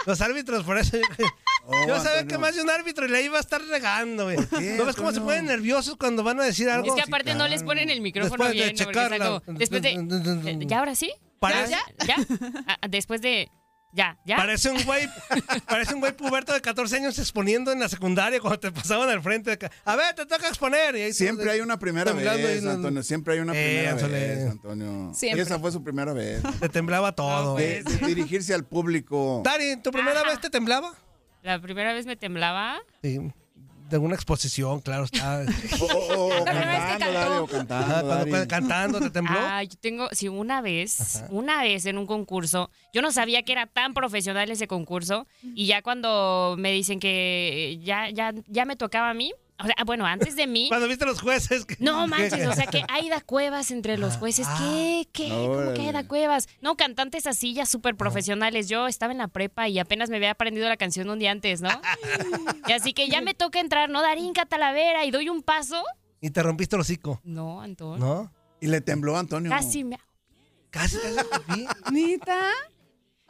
Los árbitros, por eso. yo-
Oh,
Yo sabía
Antonio.
que más de un árbitro le iba a estar regando, güey.
qué,
¿No ves cómo se
Antonio?
ponen nerviosos cuando van a decir algo?
Es que aparte no les ponen el micrófono
Después de
bien. ¿no? Porque está
checarla.
como- Después de. ¿Ya ahora sí?
Para-
¿Ya? ¿Ya? Ah, ah, después de. Ya, ya.
Parece un güey, parece un güey puberto de 14 años exponiendo en la secundaria cuando te pasaban al frente. de ca- A ver, te toca exponer. Y ahí
Siempre hay una primera
temblando y
vez,
no-
Antonio. Siempre hay una
Eh,
primera
Antonio.
vez, Antonio.
Siempre. pues,
Esa fue su primera vez.
Te temblaba todo.
De,
eh. güey.
de dirigirse al público.
Dari, ¿tu primera vez te temblaba?
La primera vez me temblaba.
Sí. De una exposición, claro está.
O, o- o
La primera vez que
cantando, Dari, o cantando,
Ajá, cuando-
Dari.
cuando cantando te tembló.
Ah, yo tengo, sí, una vez, una vez en un concurso, yo no sabía que era tan profesional ese concurso y ya cuando me dicen que ya, ya, ya me tocaba a mí, o sea, bueno, antes de mí,
Cuando viste los jueces. que-
no
que-
manches, o sea que Aida Cuevas entre
Ah,
los jueces, ¿qué? ¿Qué? ¿Cómo que
Órale.
Aida Cuevas? No, cantantes así ya súper profesionales, yo estaba en la prepa y apenas me había aprendido la canción un día antes, ¿no? Y así que ya me toca entrar, ¿no? Darín Catalavera y doy un paso.
Y te rompiste el hocico,
No, Antón,
¿no?
Y le tembló a Antonio.
casi me...
Casi te haces pipí.
¿Nita?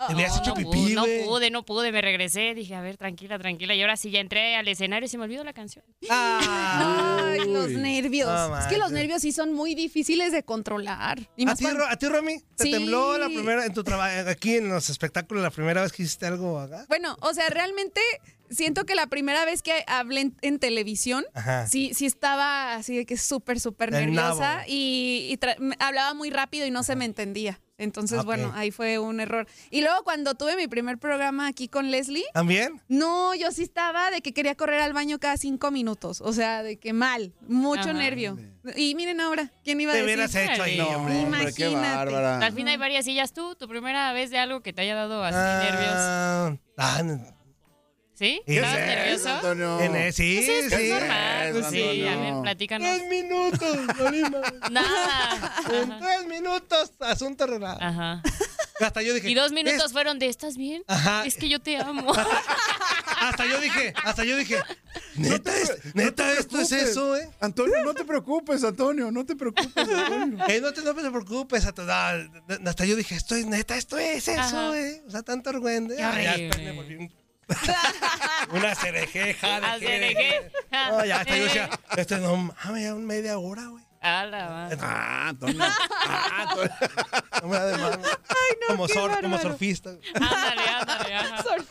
Te habías hecho
No,
pipí,
pude, no
güey.
pude, no pude, me regresé, dije, a ver, tranquila, tranquila. Y ahora sí ya entré al escenario y se me olvidó la canción.
Ah.
Ay, los
Uy.
nervios.
No
es que los
manches.
nervios sí son muy difíciles de controlar. Y
¿A
más
ti,
cuando-
Ro- ¿A ti, Romy? ¿Te
Sí.
tembló la primera en tu trabajo aquí en los espectáculos la primera vez que hiciste algo acá?
Bueno, o sea, realmente siento que la primera vez que hablé en, en televisión,
Ajá.
sí, sí estaba así de que súper, súper
Del
nerviosa
nabo.
y, y tra- me- hablaba muy rápido y no se me entendía. Entonces,
Ok.
bueno, ahí fue un error. Y luego cuando tuve mi primer programa aquí con Leslie,
¿También?
no, yo sí estaba de que quería correr al baño cada cinco minutos. O sea, de que mal, mucho
Ajá.
nervio. Y miren ahora, ¿quién iba a
Te
decir?
hubieras hecho ahí,
No,
hombre. Ah,
hombre, qué
Imagínate.
bárbara.
Al fin hay varias sillas tú, tu primera vez de algo que te haya dado así nervios.
Ah, ah,
¿Sí?
¿Y
¿Estabas
eso?
nervioso?
Antonio.
en el- sí,
Pues es
sí.
normal, pues
Antonio,
sí, a
no.
ver, platícanos.
Tres minutos, Lolima.
Nada.
En tres minutos, asunto arreglado.
Ajá.
Hasta yo dije.
Y dos
"Es-
minutos fueron de, ¿estás bien?
Ajá.
Es que yo te amo.
Hasta yo dije, hasta yo dije. Neta, es-
No
neta
te
esto es
preocupes.
eso, ¿eh?
Antonio, no te preocupes, Antonio, no te preocupes, Antonio.
Eh, no, te, no te preocupes, hasta, no, hasta yo dije, esto es neta, esto es eso,
Ajá.
eh. O sea, tanto argüende.
Qué
Ah, ya,
horrible.
después me volví un- Una cerejeja.
¿Al
dejé.
CNG?
No, ya, hasta yo decía,
Eh.
esto no mames, ya un media hora, güey.
A la madre.
Ah, Antonio. Ah, Antonio.
No me da de mano.
Ay, no,
como,
qué
como
bárbaro.
surfista.
Ándale, ándale, ajá.
Sorry.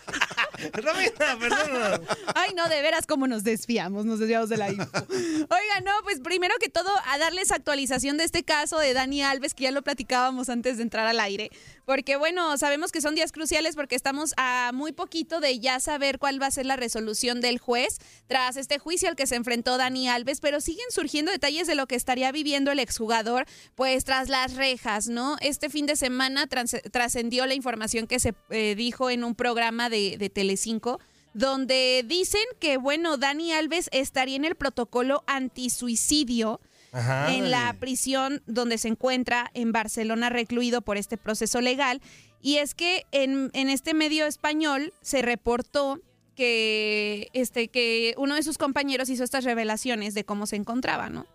Romina, perdón.
Ay, no, de veras, cómo nos desviamos, nos desviamos de la info. Oiga, no, pues primero que todo, a darles actualización de este caso de Dani Alves, que ya lo platicábamos antes de entrar al aire. Porque, bueno, sabemos que son días cruciales porque estamos a muy poquito de ya saber cuál va a ser la resolución del juez tras este juicio al que se enfrentó Dani Alves, pero siguen surgiendo detalles de lo que estaría viviendo el exjugador, pues tras las rejas, ¿no? Este fin de semana trans- trascendió la información que se eh, dijo en un programa de, de Telecinco donde dicen que, bueno, Dani Alves estaría en el protocolo antisuicidio
Ajá.
en la prisión donde se encuentra en Barcelona recluido por este proceso legal. Y es que en, en este medio español se reportó que, este, que uno de sus compañeros hizo estas revelaciones de cómo se encontraba, ¿no?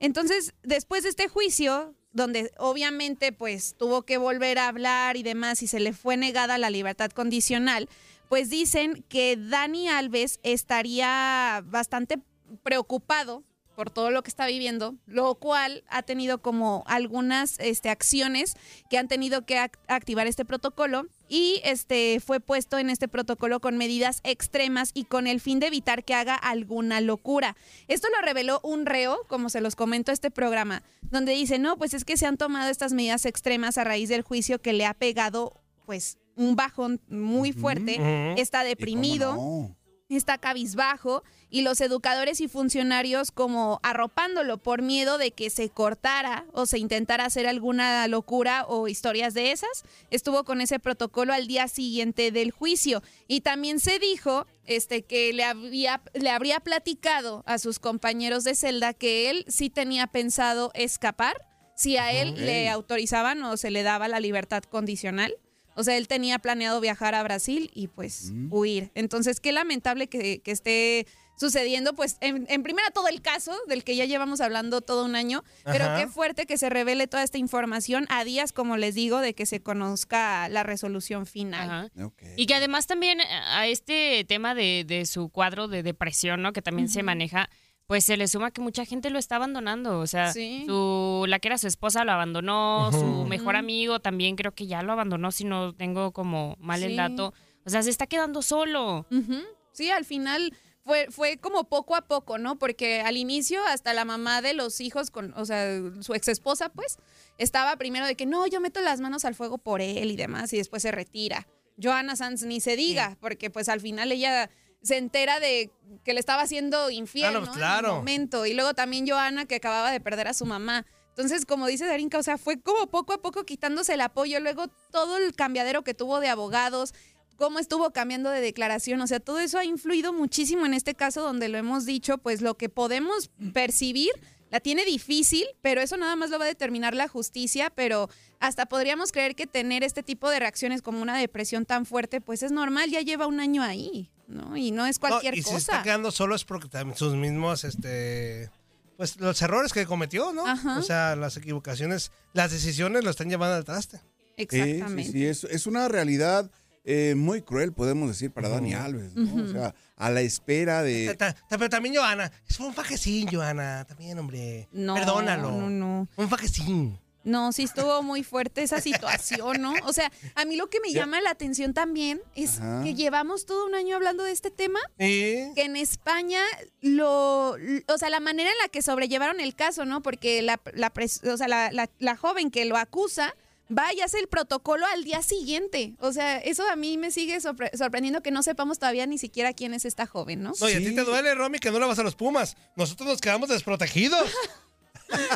Entonces, después de este juicio, donde obviamente pues tuvo que volver a hablar y demás y se le fue negada la libertad condicional, pues dicen que Dani Alves estaría bastante preocupado por todo lo que está viviendo, lo cual ha tenido como algunas este, acciones que han tenido que ac- activar este protocolo y este fue puesto en este protocolo con medidas extremas y con el fin de evitar que haga alguna locura. Esto lo reveló un reo, como se los comento este programa, donde dice, "No, pues es que se han tomado estas medidas extremas a raíz del juicio que le ha pegado pues un bajón muy fuerte,
Ujú.
está
¿Y cómo
deprimido."
no?
está cabizbajo y los educadores y funcionarios como arropándolo por miedo de que se cortara o se intentara hacer alguna locura o historias de esas. Estuvo con ese protocolo al día siguiente del juicio y también se dijo este que le había le habría platicado a sus compañeros de celda que él sí tenía pensado escapar si a él le autorizaban o se le daba la libertad condicional. O sea, él tenía planeado viajar a Brasil y pues huir. Entonces, qué lamentable que, que esté sucediendo, pues en, en primera todo el caso del que ya llevamos hablando todo un año, pero
Ajá.
qué fuerte que se revele toda esta información a días, como les digo, de que se conozca la resolución final.
Ajá.
Ok.
Y que además también a este tema de, de su cuadro de depresión, ¿no? Que también se maneja, pues se le suma que mucha gente lo está abandonando. O sea,
Sí.
su, la que era su esposa lo abandonó,
Ujú.
su mejor amigo también creo que ya lo abandonó, si no tengo como mal
Sí.
el dato. O sea, se está quedando solo.
Ujú. Sí, al final fue, fue como poco a poco, ¿no? Porque al inicio hasta la mamá de los hijos, con, o sea, su exesposa, pues, estaba primero de que no, yo meto las manos al fuego por él y demás, y después se retira. Joana Sanz ni se diga, porque pues al final ella se entera de que le estaba haciendo infiel,
Claro,
Ah, ¿no? pues,
claro.
En el momento. Y luego también Joana, que acababa de perder a su mamá. Entonces, como dice Darinka, o sea, fue como poco a poco quitándose el apoyo, luego todo el cambiadero que tuvo de abogados, cómo estuvo cambiando de declaración, o sea, todo eso ha influido muchísimo en este caso donde lo hemos dicho, pues lo que podemos percibir la tiene difícil, pero eso nada más lo va a determinar la justicia, pero hasta podríamos creer que tener este tipo de reacciones como una depresión tan fuerte, pues es normal, ya lleva un año ahí, ¿no? Y no es cualquier
No, y si se
cosa.
está quedando solo es porque también sus mismos, este, pues los errores que cometió, ¿no?
Ajá.
O sea, las equivocaciones, las decisiones lo están llevando al traste.
Sí, sí,
Exactamente.
Sí, es, es una realidad eh, muy cruel, podemos decir, para Dani Alves, ¿no? O sea, a la espera de...
Ta- ta- Pero también Joana, es un fajecín, Joana, también, hombre.
No,
Perdónalo.
No, no.
Un fajecín.
No, sí estuvo muy fuerte esa situación, ¿no? O sea, a mí lo que me llama la atención también es
Ajá.
que llevamos todo un año hablando de este tema,
Sí.
que en España lo, o sea, la manera en la que sobrellevaron el caso, ¿no? Porque la, la pres- o sea, la, la- la joven que lo acusa va y hace el protocolo al día siguiente. O sea, eso a mí me sigue sorpre- sorprendiendo que no sepamos todavía ni siquiera quién es esta joven, ¿no?
No, y a ti
Sí.
te duele, Romy, que no le vas a los Pumas. Nosotros nos quedamos desprotegidos.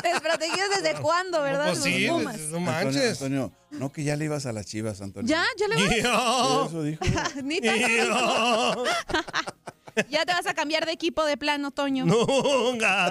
Desprotegidos desde cuándo, ¿verdad?
Pues
Los
sí,
Pumas.
no
Antonio,
manches.
Antonio, no que ya le ibas a las chivas, Antonio.
Ya, ya le voy.
Yo.
Eso dijo.
Ni tanto me dijo.
Yo.
Ya te vas a cambiar de equipo de plan, otoño.
Nunca.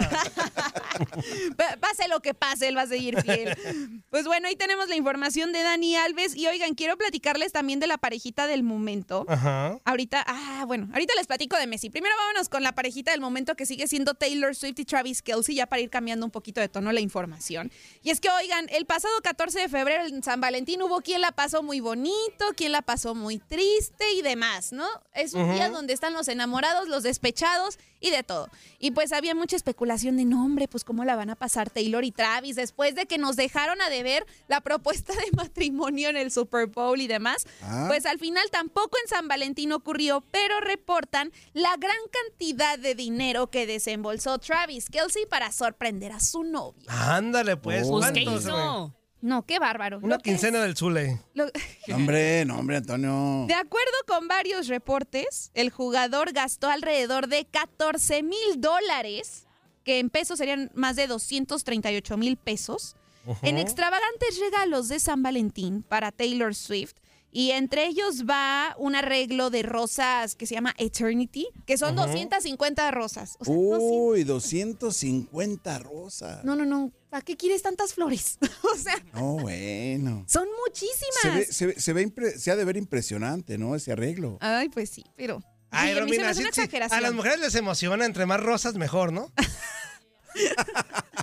Pa- Pase lo que pase, él va a seguir fiel. Pues bueno, ahí tenemos la información de Dani Alves. Y oigan, quiero platicarles también de la parejita del momento.
Ajá.
Ahorita, ah, bueno, ahorita les platico de Messi. Primero vámonos con la parejita del momento que sigue siendo Taylor Swift y Travis Kelsey, ya para ir cambiando un poquito de tono la información. Y es que, oigan, el pasado 14 de febrero en San Valentín hubo quien la pasó muy bonito, quien la pasó muy triste y demás, ¿no? Es un día donde están los enamorados enamorados, los despechados y de todo. Y pues había mucha especulación de, no hombre, pues cómo la van a pasar Taylor y Travis después de que nos dejaron a deber la propuesta de matrimonio en el Super Bowl y demás.
Ah.
Pues al final tampoco en San Valentín ocurrió, pero reportan la gran cantidad de dinero que desembolsó Travis Kelsey para sorprender a su novia.
Ándale, pues.
Oh.
Pues, ¿qué
¿cuántos, güey?
hizo?
No, qué bárbaro.
Una
Lo que es-
quincena del Zule.
lo-
No, hombre, no, hombre, Antonio.
de acuerdo con varios reportes, el jugador gastó alrededor de 14 mil dólares, que en pesos serían más de 238 mil pesos, en extravagantes regalos de San Valentín para Taylor Swift. Y entre ellos va un arreglo de rosas que se llama Eternity, que son 250 rosas. O sea, 200.
Uy, 250 rosas.
No, no, no. ¿Para qué quieres tantas flores? o sea,
No, bueno.
son muchísimas.
Se ve, se, ve- se ve impre- se ha de ver impresionante, ¿no? Ese arreglo.
Ay, pues sí, pero.
Ay,
sí, a mí se me
Romina,
hace
sí,
una
sí,
exageración.
a las mujeres les emociona, entre más rosas mejor, ¿no?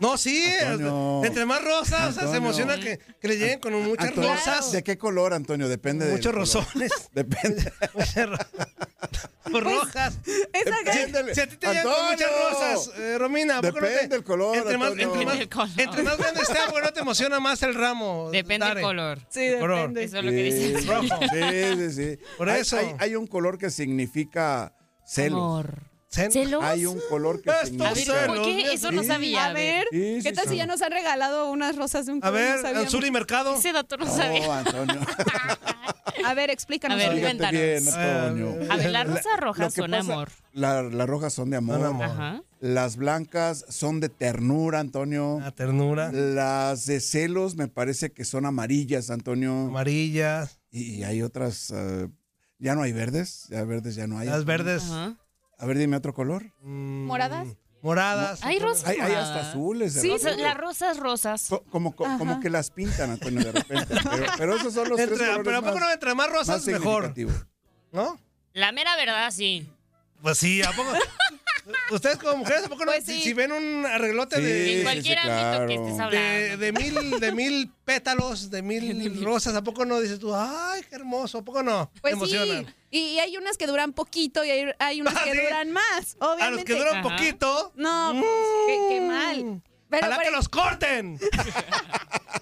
no, sí,
Antonio.
o sea, entre más rosas, o sea, se
Antonio.
emociona que, que les lleguen con muchas
Antonio,
rosas,
¿De qué color, Antonio? Depende de.
muchos rosones,
Depende.
muchas ro-
Pues,
rojas.
Eh,
Esa
Pues, Si,
gran-
Ándale,
si a ti te llegan con
Antonio.
muchas rosas, eh, Romina, ¿a poco no te-
Depende del color,
Entre más,
Antonio.
entre más-
Depende del color.
entre más grande está, bueno, te emociona más el ramo.
Depende del
Tare.
color.
Sí,
Horror.
depende.
Eso es lo que
Sí,
dice.
Rojo.
Sí, sí, sí.
Por
Hay-
eso.
Hay, hay un color que significa celos.
Amor.
Cen-
¿Celos?
Hay un color que
Esto
A
significa.
ver,
celos,
Pues, ¿por qué?
Dios
Eso no
mío.
sabía.
A ver,
Sí,
¿qué
sí,
tal
sí.
si ya nos han regalado unas rosas de un
A
color?
ver,
No sabíamos.
Anzul y Mercado.
Ese dato no
No,
sabía.
Antonio.
A ver, explícanos.
A ver,
Olivia.
Fíjate bien,
Cuéntanos.
Antonio.
A ver, las rosas
Eh, Lo
rojas
que
son
pasa-
amor.
la- Las rojas son de amor.
Son amor.
Ajá.
Las blancas son de ternura, Antonio.
La Ah, ternura.
Las de celos me parece que son amarillas, Antonio.
Amarillas.
Y, y hay otras. eh, ya no hay verdes. Ya verdes ya no hay.
Las verdes.
Ajá.
A ver, dime otro color.
mm,
¿Moradas?
Moradas.
Hay rosas.
Hay, hay hasta
moradas.
azules. de
Sí,
repente.
son- las rosas rosas.
Co- como, co- como que las pintan, Antonio, de repente. Pero, pero esos son los
Entre-
tres colores
pero ¿a poco
más-
no entre más
más
rosas mejor?
significativos.
¿No?
La mera verdad, sí.
Pues sí, ¿a poco? Ustedes como mujeres, ¿a poco no?
Pues
Si-
sí.
Si ven un arreglote
Sí,
de,
En cualquier
sí,
ámbito que
claro.
estés
de,
hablando.
de mil, de mil pétalos, de mil rosas, ¿a poco no dices tú, ay, qué hermoso? ¿A poco no? Te
Pues
emocionan.
sí. Y, y hay unas que duran poquito y hay, hay unas
Ah,
que
¿sí?
duran más.
A los que
Obviamente.
duran
Ajá.
poquito, Mm.
No, pues, qué, qué mal. Pero
ojalá
por,
que los corten.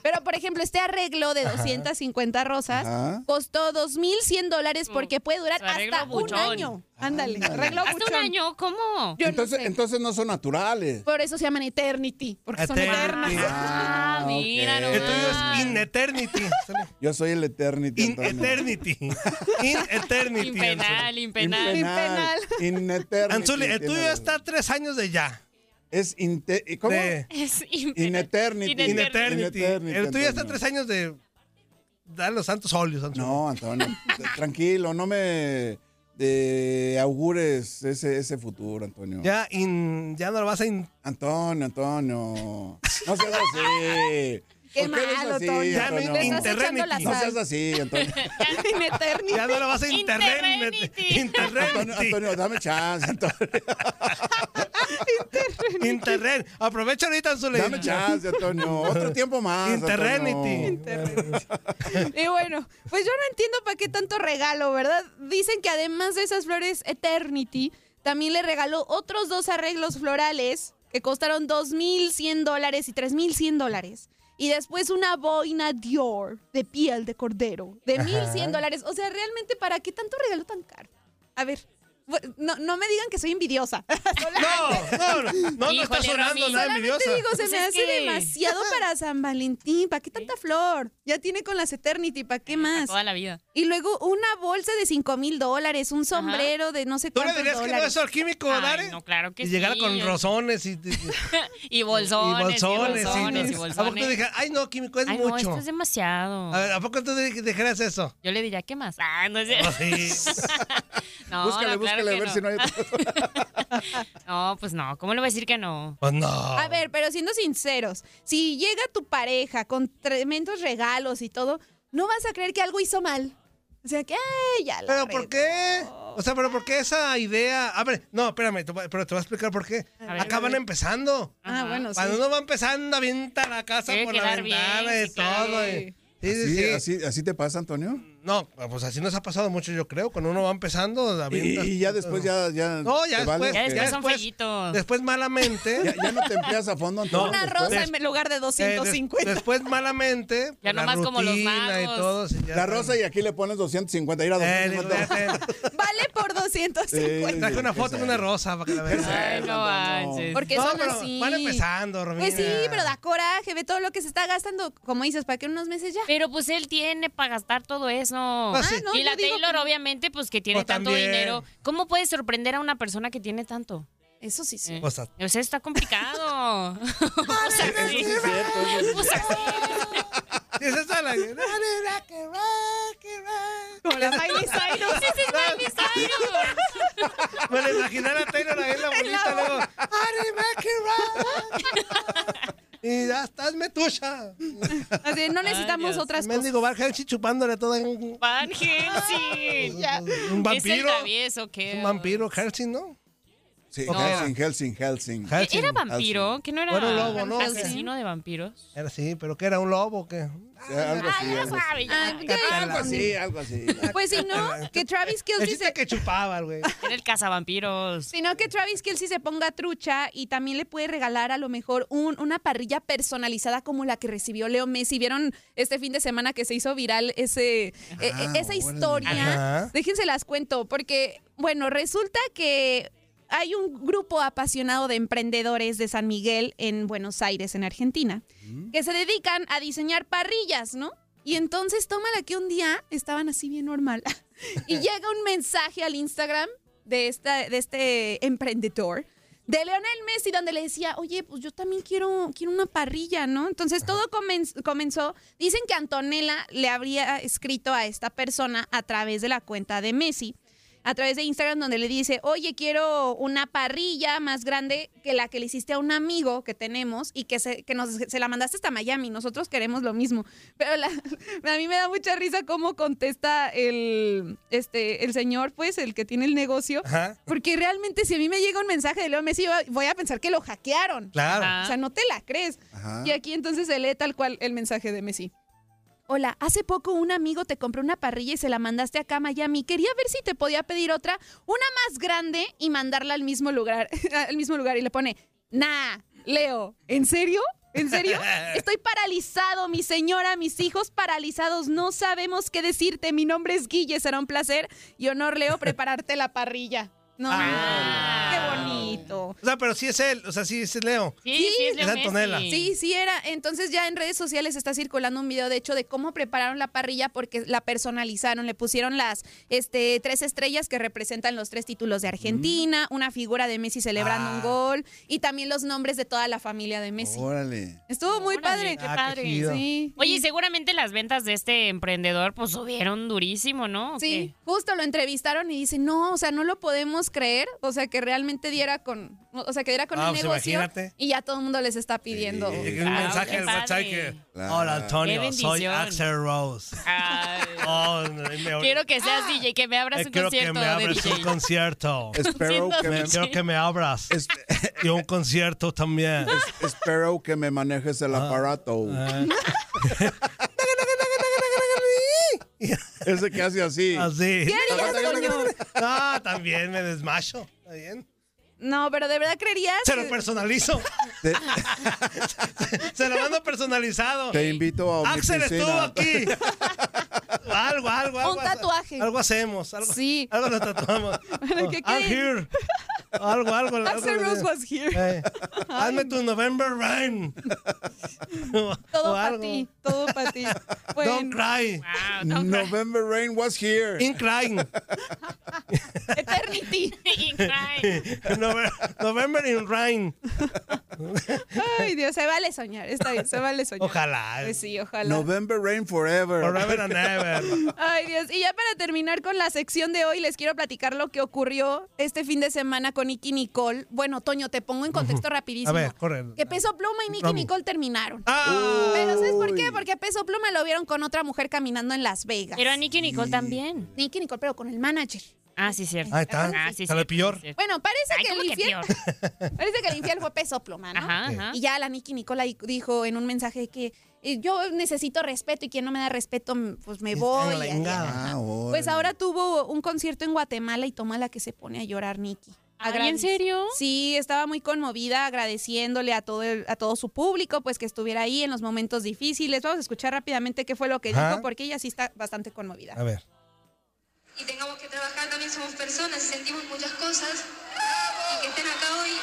pero, por ejemplo, este arreglo de 250 rosas
Ajá.
costó 2.100 dólares
Mm.
porque puede durar
Su arreglo
hasta un
buchón.
año. Ándale, arreglo
Hasta un
buchón.
año, ¿cómo?
Yo no
entonces,
sé.
entonces no son naturales.
Por eso se llaman Eternity, porque son
Eternity.
eternas.
Ah,
Ah,
mira,
ok.
no.
El tuyo es in eternity.
Yo soy el Eternity.
In
Antonio.
eternity. In eternity.
Impenal, impenal.
Impenal. In
Anzuli.
Eternity.
Anzuli, eh, el tuyo
tiene-
está tres años de ya.
Es inte- ¿y ¿Cómo?
De
Es impenal.
In Eternity.
In
in
eternity.
In
eternity.
eternity,
El tuyo está
Antonio.
tres años de dar los santos óleos, Anzuli.
No, Antonio. tranquilo, no me eh, augures ese, ese futuro, Antonio.
Ya, in- ya no lo vas a... in-
Antonio, Antonio. No seas así.
Qué
¿Por eres
malo,
así,
Toño.
Ya no
Antonio?
Le estás
Inter-
echando la
Interrenity.
No seas
sal.
así, Antonio.
In eternity.
ya no lo vas a internet.
Interrenity.
Antonio,
Internet.
Antonio, dame chance, Antonio.
Internet. Aprovecha ahorita, Anzuli.
Dame chance, Antonio. Otro tiempo más. Antonio.
Interrenity.
Y bueno, pues yo no entiendo para qué tanto regalo, ¿verdad? Dicen que además de esas flores Eternity, también le regaló otros dos arreglos florales que costaron 2.100 dólares y 3.100 dólares. Y después una boina Dior de piel de cordero de 1.100 dólares. O sea, realmente, ¿para qué tanto regalo tan caro? A ver, bu- no, no me digan que soy envidiosa.
No, no, no, no, no está
Híjole,
sonando
Rami.
nada
Solamente
envidiosa.
digo, se
Pues
me
es
hace
que-
demasiado para San Valentín. ¿Para qué tanta flor? Ya tiene con las Eternity, ¿para qué más?
Toda la vida.
Y luego una bolsa de 5 mil dólares, un sombrero de no sé
¿Tú le
cuántos
dirías que no
dólares.
es alquímico,
Ay,
Dare?
no, claro que
Y llegara
sí.
con rosones y, y- y-
Y bolsones, y bolsones, y bolsones.
y- ¿A poco tú dijeras, ay, no, químico es
Ay, no,
mucho?
esto es demasiado.
A ver, ¿a poco tú di- dijeras eso?
Yo le diría, ¿qué más? Ah, no es cierto.
Sí.
No,
Búscale,
no, claro
búscale a
que
ver si no hay otra cosa.
No, pues no, ¿cómo le voy a decir que no? Ah,
Pues no.
A ver, pero siendo sinceros, si llega tu pareja con tremendos regalos y todo, no vas a creer que algo hizo mal. O sea, que ay, ya la
¿Pero por
regó.
qué? O sea, ¿pero por qué esa idea? A ver, no, espérame, te voy- pero te voy a explicar por qué.
A ver.
Acá van empezando.
Ah,
Ajá.
bueno, sí.
Cuando uno va empezando, avienta la casa
Debe
por la
quedar bien,
ventana y
sí,
todo.
claro.
y- Sí,
¿Sí?
sí, sí.
¿Así, ¿Así te pasa, Antonio?
No, pues así nos ha pasado mucho, yo creo. Cuando uno va empezando, la
Y,
avientas-
y ya después ya... ya
No, ya
te vale
después.
Ya
que-
después son
después-
fallitos.
Después malamente.
ya, ya no te empleas a fondo. Antonio,
Una
después.
rosa en lugar de
eh, des-
250.
después malamente.
Ya
la
nomás como los
rutina y
magos.
todo, sí, ya
La
te-
rosa y aquí le pones 250. Ir a
Eh, digo,
250.
ya te-
Vale por 250.
Traje una
¿Qué es
foto de una
eso?
rosa para que la veas.
Ay, no
Fernando, no.
manches.
Porque
No,
son
pero
así.
Van empezando, Romina.
Pues sí, pero da coraje, ve todo lo que se está gastando. Como dices, para que en unos meses ya. Ah,
Pero pues él tiene para gastar todo eso.
Pues sí.
no,
y
yo
la
digo
Taylor,
que-
obviamente, pues que tiene
Pues,
tanto
también.
dinero. ¿Cómo puedes sorprender a una persona que tiene tanto?
Eso sí, sí.
Eh,
Pues, a-
O sea, está complicado. o sea, sí.
Sí, es cierto, eso sí.
O sea, sí.
Y esa está la- Dale, rock and roll, que roll.
Como la Miley Cyrus.
Ese es Miley Cyrus.
Me lo imaginé a la Taylor ahí, la bonita, luego. "Harry Mackey, rock". Y ya estás metucha.
Así, no necesitamos
Dios.
otras cosas.
Mendigo Bar Helchi chupándole todo en un
Van Helsing.
un
Es el
vampiro.
travieso que.
Un vampiro, Helsi, ¿no?
Sí,
Ok.
Helsing, Helsing, Helsing.
Helsi.
¿Era vampiro? ¿Que no era
Bueno, lobo, ¿no?
asesino de vampiros?
Era así, pero que era un lobo, que.
Algo así.
Ya
algo así.
sabe, ya.
Ah, ¿qué?
Algo así, algo así.
Pues si no, que Travis
El
Kills sí
chiste
se,
que chupaba, güey.
Era el cazavampiros.
sino que Travis Kills sí se ponga trucha y también le puede regalar a lo mejor un- una parrilla personalizada como la que recibió Leo Messi. ¿Vieron este fin de semana que se hizo viral ese, eh, eh, esa
órale.
historia?
Ajá.
Déjense las cuento, porque, bueno, resulta que hay un grupo apasionado de emprendedores de San Miguel en Buenos Aires, en Argentina, que se dedican a diseñar parrillas, ¿no? Y entonces, tómala que un día estaban así bien normal y llega un mensaje al Instagram de, esta, de este emprendedor de Leonel Messi, donde le decía, oye, pues yo también quiero, quiero una parrilla, ¿no? Entonces todo comenz- comenzó. Dicen que Antonella le habría escrito a esta persona a través de la cuenta de Messi, a través de Instagram, donde le dice, oye, quiero una parrilla más grande que la que le hiciste a un amigo que tenemos y que se, que nos, se la mandaste hasta Miami. Nosotros queremos lo mismo. Pero la- a mí me da mucha risa cómo contesta el, este, el señor, pues, el que tiene el negocio.
Ajá.
Porque realmente si a mí me llega un mensaje de Leo Messi, yo voy a pensar que lo hackearon.
Claro.
Ajá.
O sea, no te la crees.
Ajá.
Y aquí entonces se lee tal cual el mensaje de Messi. Hola, hace poco un amigo te compró una parrilla y se la mandaste acá a Miami. Quería ver si te podía pedir otra, una más grande y mandarla al mismo lugar, al mismo lugar. Y le pone, nah, Leo, ¿en serio? ¿En serio? Estoy paralizado, mi señora, mis hijos paralizados. No sabemos qué decirte. Mi nombre es Guille, será un placer y honor, Leo, prepararte la parrilla. No,
Ah.
qué bonito.
O sea, pero sí es él, o sea, sí es Leo.
Sí, sí, es Leo
Es Antonella.
Messi.
Sí, sí era. Entonces ya en redes sociales está circulando un video, de hecho, de cómo prepararon la parrilla porque la personalizaron, le pusieron las este, tres estrellas que representan los tres títulos de Argentina, una figura de Messi celebrando
Mm. Ah. Oh.
un gol y también los nombres de toda la familia de Messi.
Órale.
Estuvo muy
Órale,
padre.
Qué
Ah, qué
padre.
chido.
Sí.
Oye, y seguramente las ventas de este emprendedor pues subieron durísimo, ¿no? ¿O
Sí, justo lo entrevistaron y dice, no, o sea, no lo podemos creer, o sea, que realmente diera con, o sea, que diera con
Ah,
el
pues,
negocio
imagínate.
y ya todo el mundo les está pidiendo.
Y
Sí.
un
Ah,
mensaje
qué
al WhatsApp
padre.
que.
Claro.
Hola,
Qué
Antonio, soy
bendición.
Axel Rose.
qué? Ay,
Oh, me-
quiero que seas DJ, que me abras
eh,
un
quiero que
concierto
me
de
abras
DJ.
un concierto.
Espero que me,
Quiero que me abras.
es-
Y un concierto también.
espero que me manejes el aparato. Ese que hace así.
Así.
¿Qué harías, Toño?
Ah, también me desmacho. Está bien.
No, pero de verdad creerías.
Se lo
que-
personalizo.
Te,
Se lo mando personalizado.
te invito a mi
Axel estuvo
piscina.
aquí. Algo, algo, algo.
Un tatuaje.
Algo hacemos. Algo,
Sí.
Algo nos tatuamos. Oh,
Para que
I'm
quede-
here. Algo, algo. algo
Axel
le-
Rose was here.
Eh, Hazme tu November Rain.
Todo
O
para
algo.
ti, todo para ti.
Don't
Bueno,
cry.
Wow, no,
November Rain was here.
In crying.
Eternity.
Increíble.
Nove- November in rain.
Ay, Dios, se vale soñar, está bien, se vale soñar.
Ojalá.
Pues sí, ojalá.
November Rain forever.
Forever and ever.
Ay, Dios. Y ya para terminar con la sección de hoy, les quiero platicar lo que ocurrió este fin de semana con Nicky Nicole. Bueno, Toño, te pongo en contexto rapidísimo.
A ver, corre.
Que Peso Pluma y Nicky
Vamos.
Nicole terminaron.
Ah,
Pero ¿sabes por qué?
Uy.
Porque Peso Pluma lo vieron con otra mujer caminando en Las Vegas.
Pero a Nicky Nicole también.
Nicky Nicole, pero con el manager.
Ah, sí, cierto.
Ahí está.
Ah, sí,
Sale
cierto,
peor.
sí, cierto.
Bueno, parece
Ay,
que
¿cómo
el
que
infiel,
peor?
parece que el infiel fue peso pluma, ¿no?
Ajá,
Sí.
ajá.
Y ya la Nicky Nicola di- dijo en un mensaje que eh, yo necesito respeto y quien no me da respeto, m- pues me
Es-
voy.
en la
y-
engada.
Ah, órale.
Pues ahora tuvo un concierto en Guatemala y toma la que se pone a llorar Nicky.
Ay, ¿En serio?
Sí, estaba muy conmovida agradeciéndole a todo, el- a todo su público, pues que estuviera ahí en los momentos difíciles. Vamos a escuchar rápidamente qué fue lo que
Ajá.
dijo, porque ella sí está bastante conmovida.
A ver.
y tengamos que trabajar, también somos personas, sentimos muchas cosas y que estén acá hoy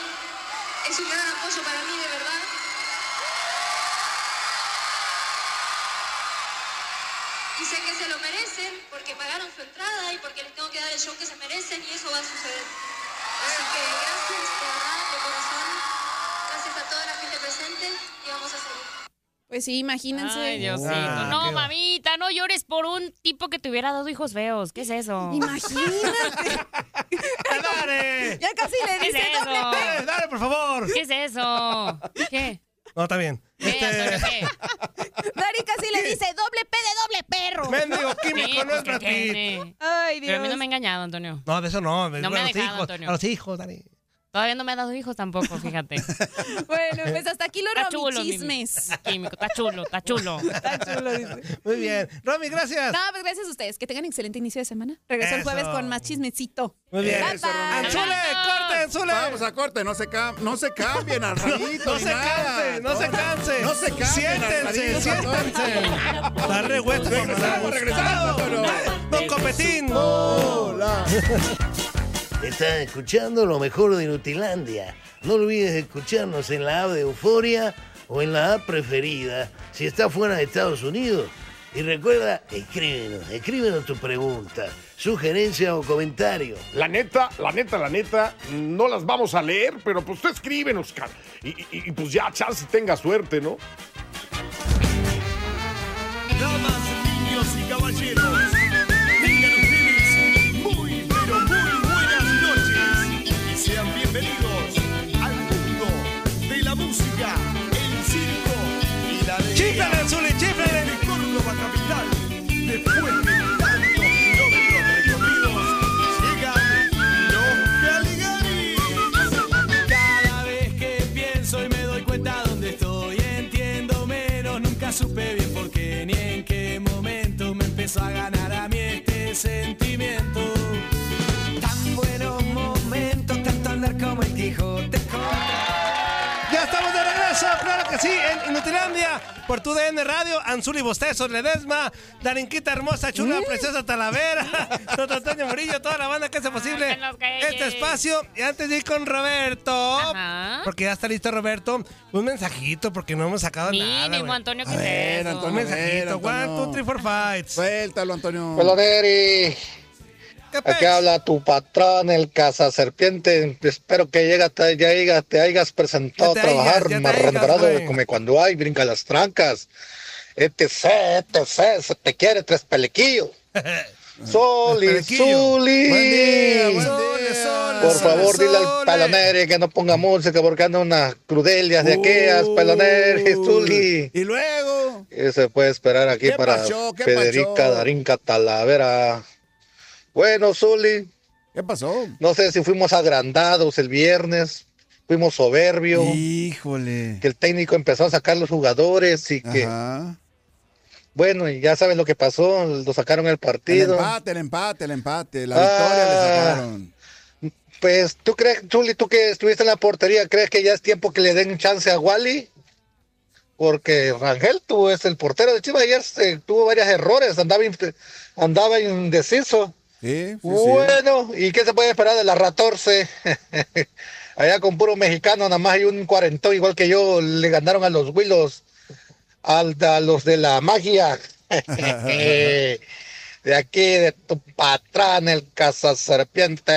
es un gran apoyo para mí, de verdad. Y sé que se lo merecen porque pagaron su entrada y porque les tengo que dar el show que se merecen y eso va a suceder. Así que gracias, de verdad, de corazón. Gracias a toda la gente presente y vamos a seguir.
Pues sí, imagínense.
Ay, Diosito.
Ah,
no,
qué-
mamita, no llores por un tipo que te hubiera dado hijos feos. ¿Qué es eso?
Imagínate.
¡Dale!
Ya casi le
¿Qué es
dice doble.
eso?
¡Eh, ¡Dale, por favor!
¿Qué es eso? ¿Qué?
No, está bien.
¿Qué,
Este,
Antonio, qué?
Dari casi le dice doble P de doble perro.
Mendigo químico,
Sí,
no
pues,
es Brad
¿qué
Pitt.
tiene?
Ay,
Pero a mí no
Dios.
me ha engañado, Antonio.
No, de eso no.
No me
a
ha
los
dejado,
hijos,
Antonio.
A los hijos, dale.
Todavía no me ha dado hijos tampoco, fíjate. Está
Bueno, pues hasta aquí los
chulo, Mimi.
chismes.
Químico, está chulo, está chulo.
Está chulo, dice.
Muy bien. Romy, gracias.
No, pues gracias a ustedes. Que tengan excelente inicio de semana. Regreso el
Eso.
jueves con más chismecito.
Muy bien.
Bye, bye.
¡Anzule! ¡Corte, Anzule!
Vamos a corte, no se, cam- no se cambien al ratito.
No
ni
se
nada.
cansen, no se cansen.
No se cansen,
Siéntense,
Alvarito,
siéntense. La revuelta.
Regresamos, regresamos, pero-
Don Copetín.
Hola.
Estás escuchando lo mejor de Nutilandia. No olvides escucharnos en la app de Euforia o en la app preferida si estás fuera de Estados Unidos. Y recuerda, escríbenos, escríbenos tu pregunta, sugerencia o comentario.
La neta, la neta, la neta, no las vamos a leer, pero pues tú escríbenos, cara. Y, y- y pues ya, chance tenga suerte, ¿no?
Damas, niños y caballeros, tengan ustedes muy, pero muy buenas noches. Y sean bienvenidos al mundo de la música, el circo y la alegría.
Chiflen, Anzule, chiflen.
De Córdoba capital, después de tantos kilómetros recorridos, llegan los Caligari. Cada vez que pienso y me doy cuenta dónde estoy, entiendo menos, nunca supe bien por qué ni en qué momento me empezó a ganar a mí este sentimiento. Tan buenos momentos, tanto andar como el Quijote.
Ya estamos de regreso, claro que sí, en Inutilandia, por tu DN Radio, Anzuli Bostezo, Ledesma, Darinquita Hermosa, Chula,
Mm.
Preciosa Talavera, Don Antonio Murillo, toda la banda que hace posible
en las calles.
este espacio. Y antes de ir con Roberto,
Ajá.
porque ya está listo Roberto, un mensajito, porque no hemos sacado
Ah,
nada.
Mínimo,
güey.
Antonio,
A
¿qué
ver,
es eso?
Un
Antonio.
mensajito, one,
Antonio.
two, three, four, fights.
Suéltalo, Antonio.
Pues Peloneri,
¿Qué
aquí
pez?
habla tu patrón, el caza serpiente. Espero que llegas, te, ya llegas- te hayas presentado
Ya
a
te hayas,
trabajar,
ya te
marranbrado,
hayas, güey.
come cuando hay, brinca las trancas. Etc, etc, se te quiere tres pelequillos. Soli,
Pelequillo.
Suli.
Buen día, buen
Sole,
día.
sole,
Por
sole,
favor, dile al
sole.
Paloneri que no ponga música porque anda unas crudelias de aquellas, Paloneri, Suli.
Y luego.
¿Qué se puede esperar aquí
¿Qué
para
pasó? ¿Qué
Federica
pasó?
Darinka Talavera? Bueno, Zuli,
¿Qué pasó?
no sé si fuimos agrandados el viernes, fuimos soberbios,
Híjole.
que el técnico empezó a sacar los jugadores y que,
Ajá.
bueno, y ya saben lo que pasó, lo sacaron el
El
partido.
empate, el empate, el empate. La
Ah.
victoria le sacaron.
Pues, ¿tú crees, Zuli, tú que estuviste en la portería, crees que ya es tiempo que le den chance a Wally? Porque Rangel, tú es el portero de Chivas, ayer se- tuvo varios errores, andaba, in- andaba indeciso.
Sí, sí, sí.
Bueno, ¿y qué se puede esperar de la Ratorce? Allá con puro mexicano, nada más hay un cuarentón igual que yo, le ganaron a los Willos, al, a los de la magia. de aquí, de tu patrán, el caza serpiente.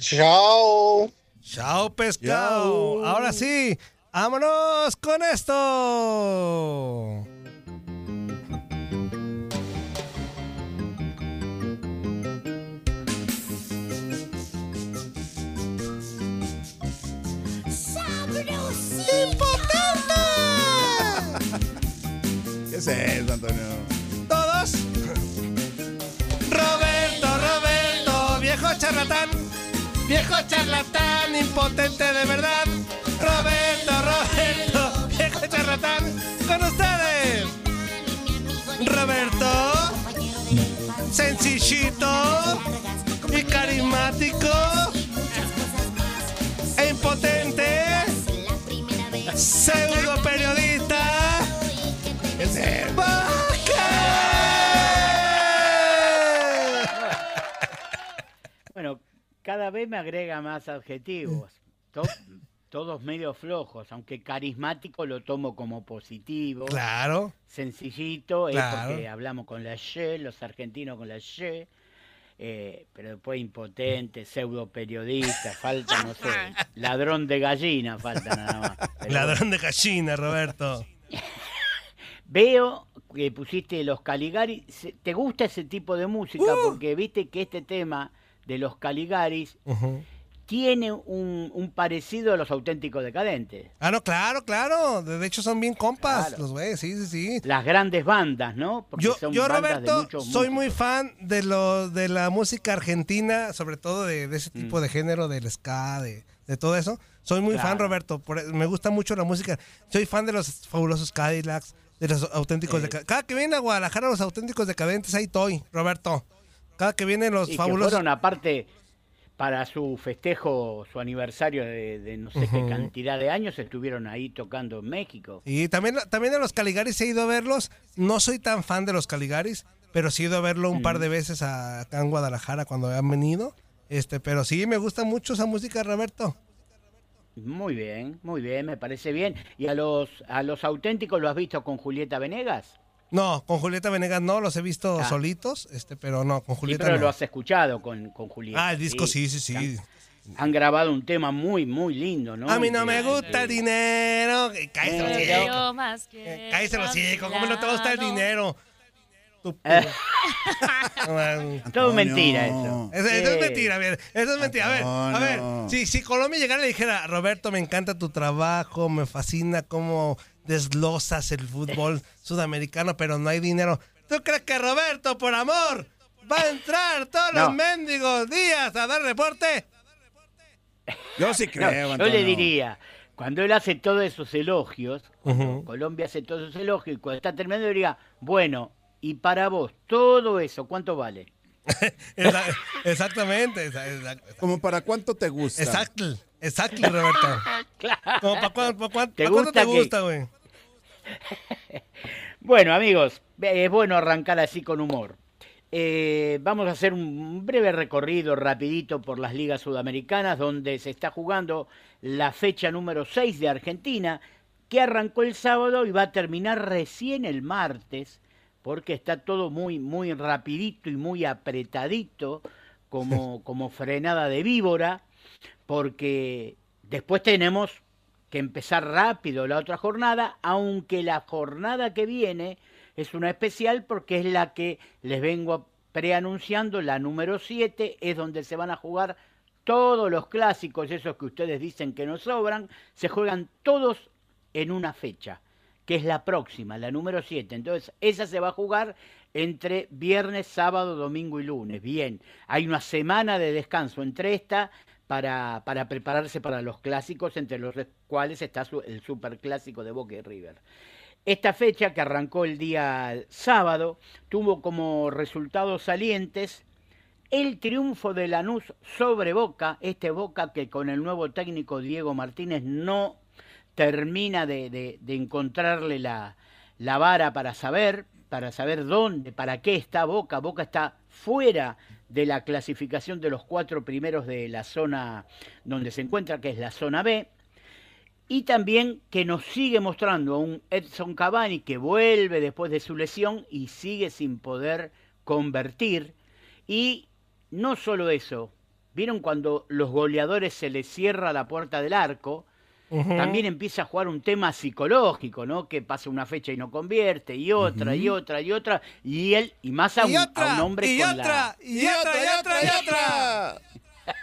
Chao.
Chao, pescado.
Chao.
Ahora sí, vámonos con esto.
¿Qué es eso, Antonio?
todos. Roberto, Roberto, viejo
charlatán, viejo charlatán, impotente de verdad. Roberto, Roberto, viejo charlatán, con ustedes. Roberto, sencillito y carismático e impotente, pseudo periodista.
Bueno, cada vez me agrega más adjetivos. To- todos medio flojos, aunque carismático lo tomo como positivo.
Claro.
Sencillito, es
Claro.
porque hablamos con la Y, los argentinos con la Y. eh, pero después impotente, pseudo periodista, falta, no sé, ladrón de gallina, falta nada más. Pero
Ladrón de gallina, Roberto.
Veo que pusiste los Caligaris. Se- ¿Te gusta ese tipo de música? Porque viste que este tema de los Caligaris tiene un, un parecido a los auténticos decadentes.
Ah, no, claro, claro. De hecho, son bien compas
Claro.
los güeyes, sí, sí, sí.
Las grandes bandas, ¿no? Porque
Yo,
son
yo
bandas de
Roberto,
muchos
soy
músicos.
muy fan de lo, de la música argentina, sobre todo de, de ese tipo
Mm.
de género, del ska, de, de todo eso. Soy muy fan,
Claro.
Roberto. por- e, me gusta mucho la música. Soy fan de los fabulosos Cadillacs, de los auténticos
Eh.
decadentes. Cada que viene a Guadalajara, los auténticos decadentes, ahí estoy, Roberto. Cada que vienen los
Y que
fabulosos.
fueron aparte para su festejo, su aniversario de, de no sé qué
Ujú.
cantidad de años, estuvieron ahí tocando en México.
Y también, también a los Caligaris he ido a verlos. No soy tan fan de los Caligaris, pero sí he ido a verlo un
Mm.
par de veces a, acá en Guadalajara cuando han venido. Este, pero sí, me gusta mucho esa música, Roberto.
Muy bien, muy bien, me parece bien. ¿Y a los, a los auténticos lo has visto con Julieta Venegas?
No, con Julieta Venegas no, los he visto
Ah.
solitos, este, pero no, con
Sí,
Julieta
pero
no.
lo has escuchado con, con Julieta.
Ah, el disco sí, sí, sí.
Han, han grabado un tema muy, muy lindo, ¿no?
a mí no
Y
me
que-
gusta el dinero. Eh, Cállese los
Eh,
hocico.
Yo más que
Cállese los hocico. ¿Cómo no te gusta el dinero?
Eh,
Todo
Todo mentira eso.
Eso, eso
Sí.
es mentira, a ver, eso es mentira. A ver, a ver, si, si Colombia llegara y le dijera, Roberto, me encanta tu trabajo, me fascina cómo deslozas el fútbol sudamericano, pero no hay dinero. ¿Tú crees que Roberto, por amor, va a entrar todos
No.
los mendigos días a dar reporte?
Yo sí
No,
creo,
yo le
Antonio.
diría, cuando él hace todos esos elogios, cuando Colombia hace todos esos elogios, y cuando está terminando diría, bueno, y para vos, todo eso, ¿cuánto vale?
Exa- Exactamente. exa- exa-
Como para cuánto te gusta.
Exacto, exacto, Roberto. Como para cuán- para cuán-
¿Te
para cuánto
gusta
te
que-
gusta, güey.
Bueno, amigos, eh, es bueno arrancar así con humor. Eh, vamos a hacer un breve recorrido rapidito por las ligas sudamericanas donde se está jugando la fecha número 6 de Argentina que arrancó el sábado y va a terminar recién el martes porque está todo muy muy rapidito y muy apretadito como, como frenada de víbora porque después tenemos que empezar rápido la otra jornada, aunque la jornada que viene es una especial porque es la que les vengo preanunciando, la número 7, es donde se van a jugar todos los clásicos, esos que ustedes dicen que no sobran, se juegan todos en una fecha, que es la próxima, la número 7. Entonces, esa se va a jugar entre viernes, sábado, domingo y lunes. Bien, hay una semana de descanso entre esta para, para prepararse para los clásicos, entre los cuales está su- el superclásico de Boca y River. Esta fecha, que arrancó el día sábado, tuvo como resultados salientes el triunfo de Lanús sobre Boca, este Boca que con el nuevo técnico Diego Martínez no termina de, de- de encontrarle la, la vara para saber, para saber dónde, para qué está Boca. Boca está fuera de la clasificación de los cuatro primeros de la zona donde se encuentra, que es la zona B. Y también que nos sigue mostrando a un Edson Cavani que vuelve después de su lesión y sigue sin poder convertir. Y no solo eso, ¿vieron cuando los goleadores se les cierra la puerta del arco? También empieza a jugar un tema psicológico, ¿no? Que pasa una fecha y no convierte, y otra, y otra, y otra, y él, y más a,
Y
un, a
otra,
un hombre
Ah, y
con
otra,
la,
y otra, y otra, y otra.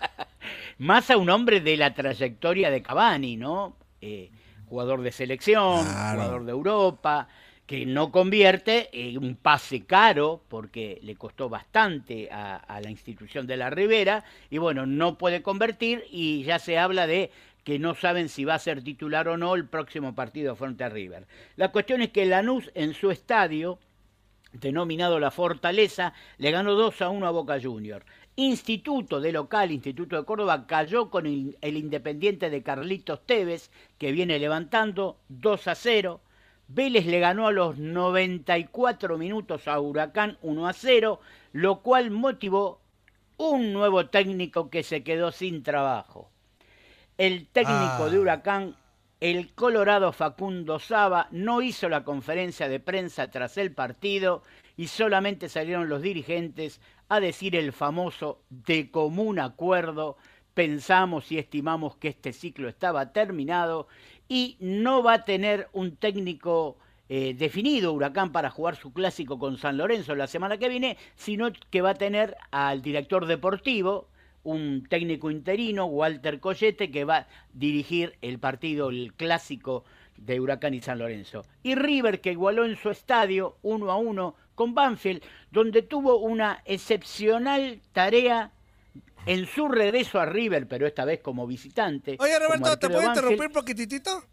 más a un hombre de la trayectoria de Cavani, ¿no? Eh, jugador de selección, jugador de Europa, que no convierte, eh, un pase caro, porque le costó bastante a, a la institución de la Ribera, y bueno, no puede convertir y ya se habla de que no saben si va a ser titular o no el próximo partido frente a River. La cuestión es que Lanús en su estadio, denominado La Fortaleza, le ganó 2 a 1 a Boca Junior. Instituto de local, Instituto de Córdoba, cayó con el, el Independiente de Carlitos Tevez, que viene levantando 2 a 0. Vélez le ganó a los 94 minutos a Huracán 1 a 0, lo cual motivó un nuevo técnico que se quedó sin trabajo. El técnico
Ah.
de Huracán, el colorado Facundo Saba, no hizo la conferencia de prensa tras el partido y solamente salieron los dirigentes a decir el famoso de común acuerdo. Pensamos y estimamos que este ciclo estaba terminado y no va a tener un técnico eh, definido Huracán para jugar su clásico con San Lorenzo la semana que viene, sino que va a tener al director deportivo, un técnico interino, Walter Collete, que va a dirigir el partido, el clásico de Huracán y San Lorenzo. Y River, que igualó en su estadio 1 a 1 con Banfield, donde tuvo una excepcional tarea en su regreso a River, pero esta vez como visitante.
Oye,
como
Roberto, ¿te
arquero
puedo
Banfield.
interrumpir poquitito?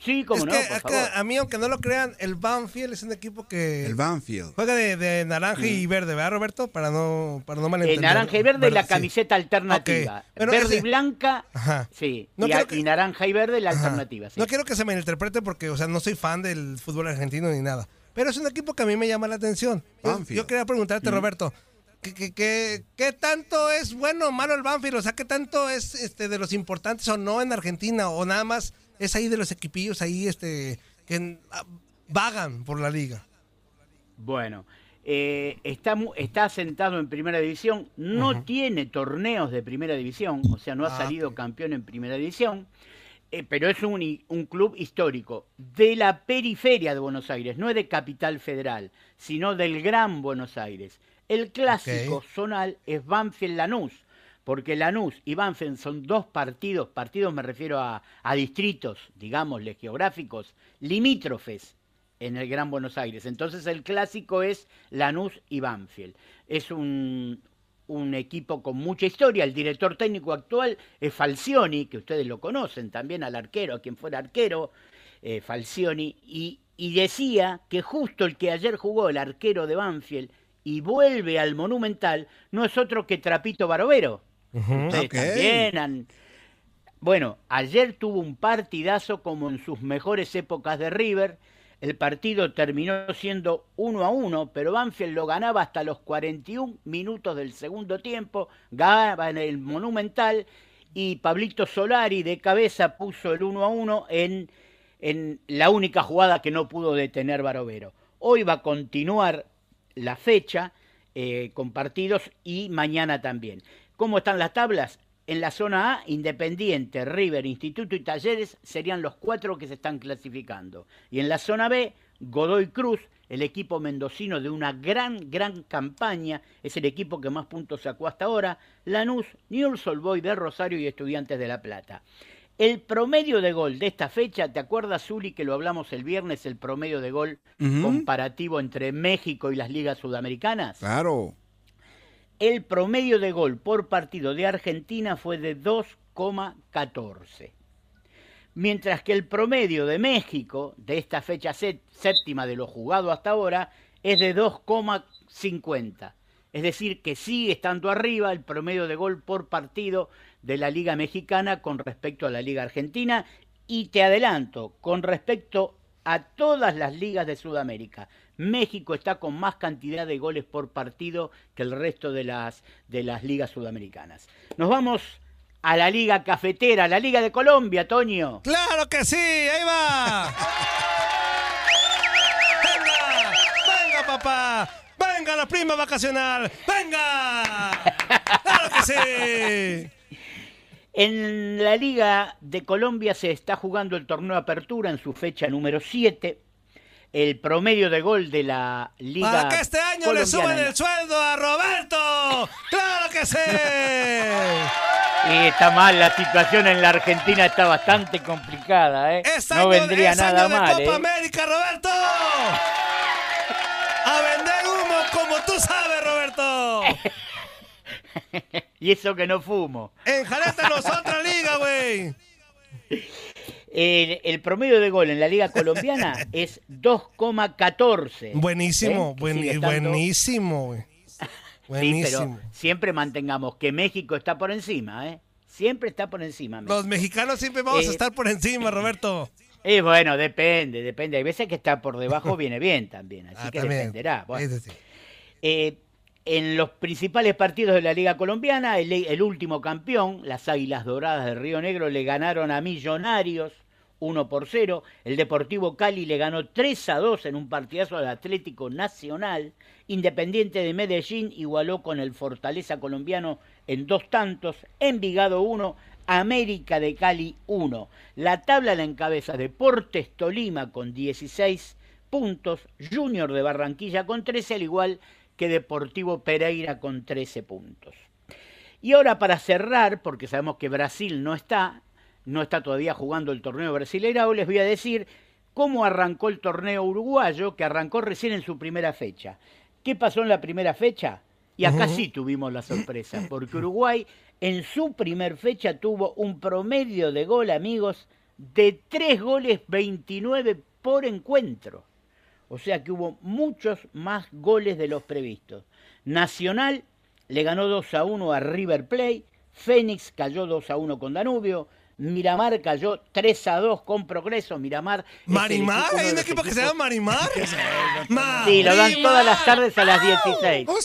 Sí, cómo
es
no,
que,
por
es que
favor.
a mí, aunque no lo crean, el Banfield es un equipo que
El Banfield.
juega de, de naranja y verde, ¿verdad, Roberto? Para no, para no malentender.
Eh, naranja y verde, y la
Sí.
camiseta alternativa.
Ok, pero
verde y
ese-
blanca,
Ajá.
sí.
No
y,
creo
a- y naranja y verde, la alternativa. sí.
No quiero que se me interprete porque, o sea, no soy fan del fútbol argentino ni nada. Pero es un equipo que a mí me llama la atención. Yo- Yo,
Banfield.
quería preguntarte, Roberto, ¿qué, qué, qué- qué tanto es bueno o malo el Banfield? O sea, ¿qué tanto es este, de los importantes o no en Argentina? ¿O nada más es ahí de los equipillos ahí este, que en- ah, vagan por la liga?
Bueno, eh, está, mu- está sentado en primera división, no tiene torneos de primera división, o sea, no ha
Ah,
salido campeón en primera división, eh, pero es un, hi- un club histórico de la periferia de Buenos Aires, no es de Capital Federal, sino del Gran Buenos Aires. El clásico zonal es Banfield Lanús, porque Lanús y Banfield son dos partidos, partidos me refiero a, a distritos, digámosle, geográficos, limítrofes en el Gran Buenos Aires. Entonces el clásico es Lanús y Banfield. Es un, un equipo con mucha historia. El director técnico actual es Falcioni, que ustedes lo conocen también al arquero, a quien fuera arquero, eh, Falcioni, y, y decía que justo el que ayer jugó el arquero de Banfield y vuelve al Monumental no es otro que Trapito Barovero. Ustedes
Ok.
también han- Bueno, ayer tuvo un partidazo como en sus mejores épocas de River. El partido terminó siendo 1 a 1, pero Banfield lo ganaba hasta los 41 minutos del segundo tiempo, ganaba en el Monumental y Pablito Solari de cabeza puso el 1 a 1 en, en la única jugada que no pudo detener Barovero. Hoy va a continuar la fecha eh, con partidos y mañana también. ¿Cómo están las tablas? En la zona A, Independiente, River, Instituto y Talleres serían los cuatro que se están clasificando. Y en la zona B, Godoy Cruz, el equipo mendocino de una gran, gran campaña, es el equipo que más puntos sacó hasta ahora, Lanús, Newell's Old Boys de Rosario y Estudiantes de La Plata. El promedio de gol de esta fecha, ¿te acuerdas, Zuli, que lo hablamos el viernes, el promedio de gol
Ujú.
comparativo entre México y las ligas sudamericanas?
Claro.
El promedio de gol por partido de Argentina fue de 2,14. Mientras que el promedio de México, de esta fecha sé- séptima de lo jugado hasta ahora, es de 2,50. Es decir, que sigue estando arriba el promedio de gol por partido de la Liga Mexicana con respecto a la Liga Argentina. Y te adelanto, con respecto a todas las ligas de Sudamérica, México está con más cantidad de goles por partido que el resto de las, de las ligas sudamericanas. Nos vamos a la Liga Cafetera, a la Liga de Colombia, Toño.
¡Claro que sí! ¡Ahí va! ¡Venga! ¡Venga, papá! ¡Venga la prima vacacional! ¡Venga! ¡Claro que sí!
En la Liga de Colombia se está jugando el torneo Apertura en su fecha número 7. El promedio de gol de la Liga
Para que este año le
colombiana
suban el sueldo a Roberto. ¡Claro que sí!
Y está mal, la situación en la Argentina está bastante complicada, ¿eh?
Es
no
año-
vendría
es
nada
año de
mal,
Copa
¿eh?
América, Roberto.
¡A vender humo como tú sabes, Roberto!
y eso que no fumo.
¡Enjarétanos a otra liga, güey!
El, el promedio de gol en la liga colombiana es 2,14.
Buenísimo,
¿Eh? Que
buen-
sigue estando-
buenísimo, güey.
Sí, pero
Buenísimo.
siempre mantengamos que México está por encima, ¿eh? Siempre está por encima. México.
Los mexicanos siempre vamos
Eh,
a estar por encima, Roberto.
Y bueno, depende, depende. Hay veces que está por debajo, viene bien también, así
Ah,
que
también.
dependerá. Bueno,
Ese sí.
eh, en los principales partidos de la Liga Colombiana, el, el último campeón, las Águilas Doradas de Río Negro, le ganaron a Millonarios 1 por 0. El Deportivo Cali le ganó 3 a 2 en un partidazo al Atlético Nacional. Independiente de Medellín igualó con el Fortaleza colombiano en dos tantos. Envigado 1, América de Cali 1. La tabla la encabeza Deportes Tolima con 16 puntos, Junior de Barranquilla con 13, al igual que Deportivo Pereira con 13 puntos. Y ahora para cerrar, porque sabemos que Brasil no está, no está todavía jugando el torneo brasileirao, les voy a decir cómo arrancó el torneo uruguayo, que arrancó recién en su primera fecha. ¿Qué pasó en la primera fecha? Y acá
Ujú.
sí tuvimos la sorpresa, porque Uruguay en su primer fecha tuvo un promedio de gol, amigos, de 3 goles 29 por encuentro. O sea que hubo muchos más goles de los previstos. Nacional le ganó 2 a 1 a River Plate, Fénix cayó 2 a 1 con Danubio, Miramar cayó 3 a 2 con Progreso, Miramar. es el
Marimar,
equipo- uno
hay
de
un
los
equipo que se
equipos-
llama Marimar. Marimar.
Sí, lo dan todas las tardes a las 16.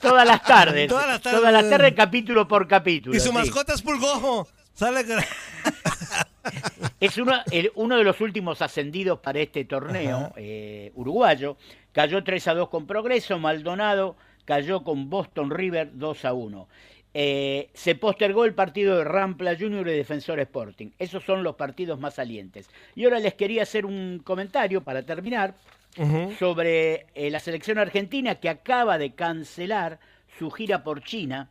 Todas las tardes.
Todas las tardes.
Todas las tardes, capítulo por capítulo.
Y su
sí.
mascota es Pulgojo. Sale gra-
Es uno, el- uno de los últimos ascendidos para este torneo eh, uruguayo. Cayó 3 a 2 con Progreso, Maldonado cayó con Boston River 2 a 1. Eh, se postergó el partido de Rampla Junior y Defensor Sporting. Esos son los partidos más salientes. Y ahora les quería hacer un comentario para terminar sobre eh, la selección argentina que acaba de cancelar su gira por China,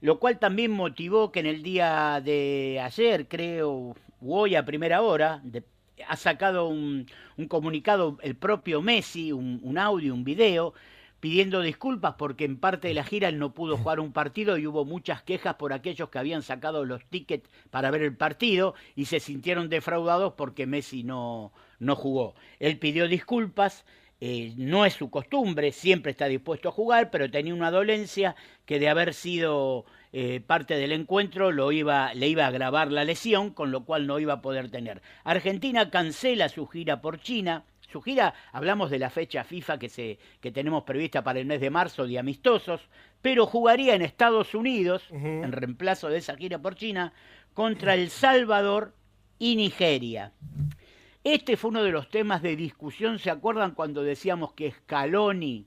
lo cual también motivó que en el día de ayer, creo, u hoy a primera hora, de- ha sacado un, un comunicado el propio Messi, un, un audio, un video, pidiendo disculpas porque en parte de la gira él no pudo jugar un partido y hubo muchas quejas por aquellos que habían sacado los tickets para ver el partido y se sintieron defraudados porque Messi no, no jugó. Él pidió disculpas, eh, no es su costumbre, siempre está dispuesto a jugar, pero tenía una dolencia que de haber sido eh, parte del encuentro lo iba, le iba a agravar la lesión, con lo cual no iba a poder tener. Argentina cancela su gira por China. Su gira, hablamos de la fecha FIFA que, se, que tenemos prevista para el mes de marzo de amistosos, pero jugaría en Estados Unidos, en reemplazo de esa gira por China, contra El Salvador y Nigeria. Este fue uno de los temas de discusión, ¿se acuerdan cuando decíamos que Scaloni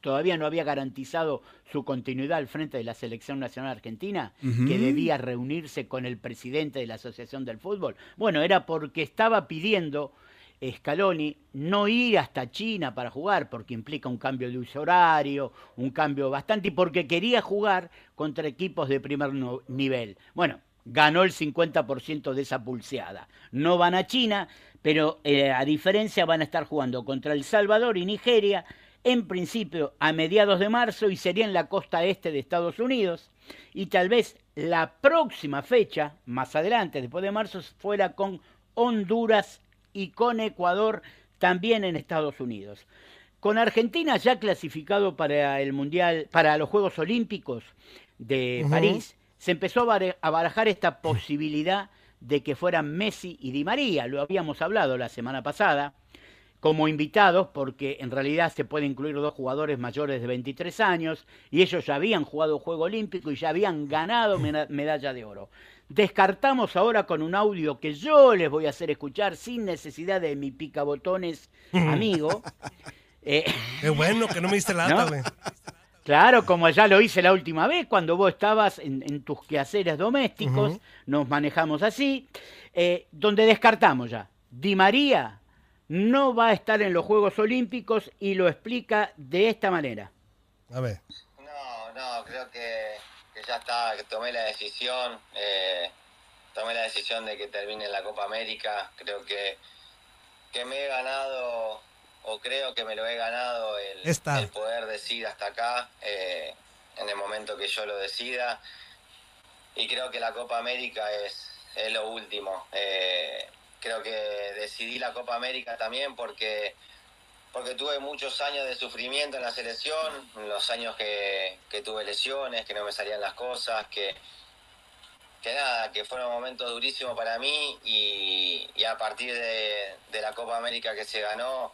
todavía no había garantizado su continuidad al frente de la Selección Nacional Argentina,
Ujú.
que debía reunirse con el presidente de la Asociación del Fútbol? Bueno, era porque estaba pidiendo Scaloni no ir hasta China para jugar, porque implica un cambio de uso horario, un cambio bastante, y porque quería jugar contra equipos de primer no- nivel. Bueno, ganó el 50% de esa pulseada. No van a China, pero eh, a diferencia van a estar jugando contra El Salvador y Nigeria, en principio a mediados de marzo y sería en la costa este de Estados Unidos. Y tal vez la próxima fecha, más adelante, después de marzo, fuera con Honduras y con Ecuador, también en Estados Unidos. Con Argentina ya clasificado para el Mundial, para los Juegos Olímpicos de
Ujú.
París, se empezó a bare- a barajar esta posibilidad de que fueran Messi y Di María, lo habíamos hablado la semana pasada, como invitados, porque en realidad se puede incluir dos jugadores mayores de 23 años, y ellos ya habían jugado Juego Olímpico y ya habían ganado mena- medalla de oro. Descartamos ahora con un audio que yo les voy a hacer escuchar sin necesidad de mi picabotones amigo. Eh,
Qué bueno que no me diste lata,
¿No?
güey.
Claro, como ya lo hice la última vez, cuando vos estabas en, en tus quehaceres domésticos, nos manejamos así, eh, donde descartamos ya. Di María no va a estar en los Juegos Olímpicos y lo explica de esta manera.
A ver.
No, no, creo que, que ya está, que tomé la decisión. eh,
tomé la decisión de que termine la Copa América. Creo que, que me he ganado, o creo que me lo he ganado, el,
Esta.
el poder decir hasta acá, eh, en el momento que yo lo decida. Y creo que la Copa América es, es lo último. Eh, creo que decidí la Copa América también porque porque tuve muchos años de sufrimiento en la selección, los años que, que tuve lesiones, que no me salían las cosas, que, que nada, que fueron momentos durísimos para mí y, y a partir de, de la Copa América que se ganó,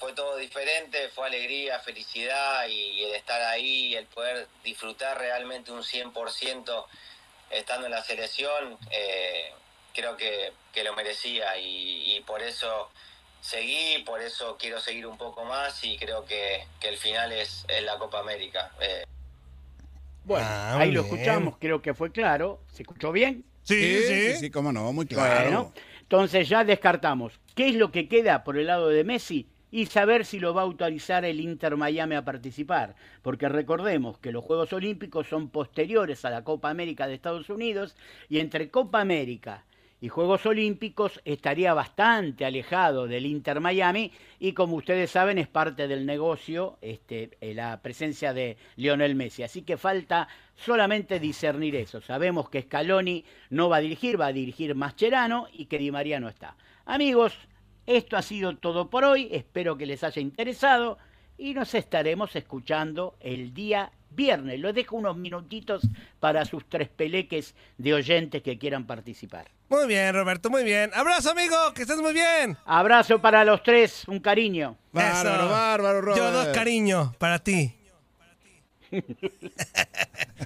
fue todo diferente, fue alegría, felicidad y, el estar ahí, el poder disfrutar realmente un 100% estando en la selección, eh, creo que, que lo merecía y, y por eso seguí, por eso quiero seguir un poco más y creo que, que el final es, es la Copa América. Eh,
Bueno,
Ah,
ahí
muy
lo
bien.
escuchamos, creo que fue claro. ¿Se escuchó bien?
Sí, sí, sí, cómo no, muy claro.
Bueno, entonces ya descartamos. ¿Qué es lo que queda por el lado de Messi? Y saber si lo va a autorizar el Inter Miami a participar. Porque recordemos que los Juegos Olímpicos son posteriores a la Copa América de Estados Unidos y entre Copa América y Juegos Olímpicos estaría bastante alejado del Inter Miami y como ustedes saben es parte del negocio este, eh, la presencia de Lionel Messi. Así que falta solamente discernir eso. Sabemos que Scaloni no va a dirigir, va a dirigir Mascherano y que Di María no está. Amigos, esto ha sido todo por hoy. Espero que les haya interesado y nos estaremos escuchando el día viernes. Los dejo unos minutitos para sus tres peleques de oyentes que quieran participar.
Muy bien, Roberto, muy bien. Abrazo, amigo, que estés muy bien.
Abrazo para los tres, un cariño.
Bárbaro,
bárbaro,
Yo dos cariño para ti.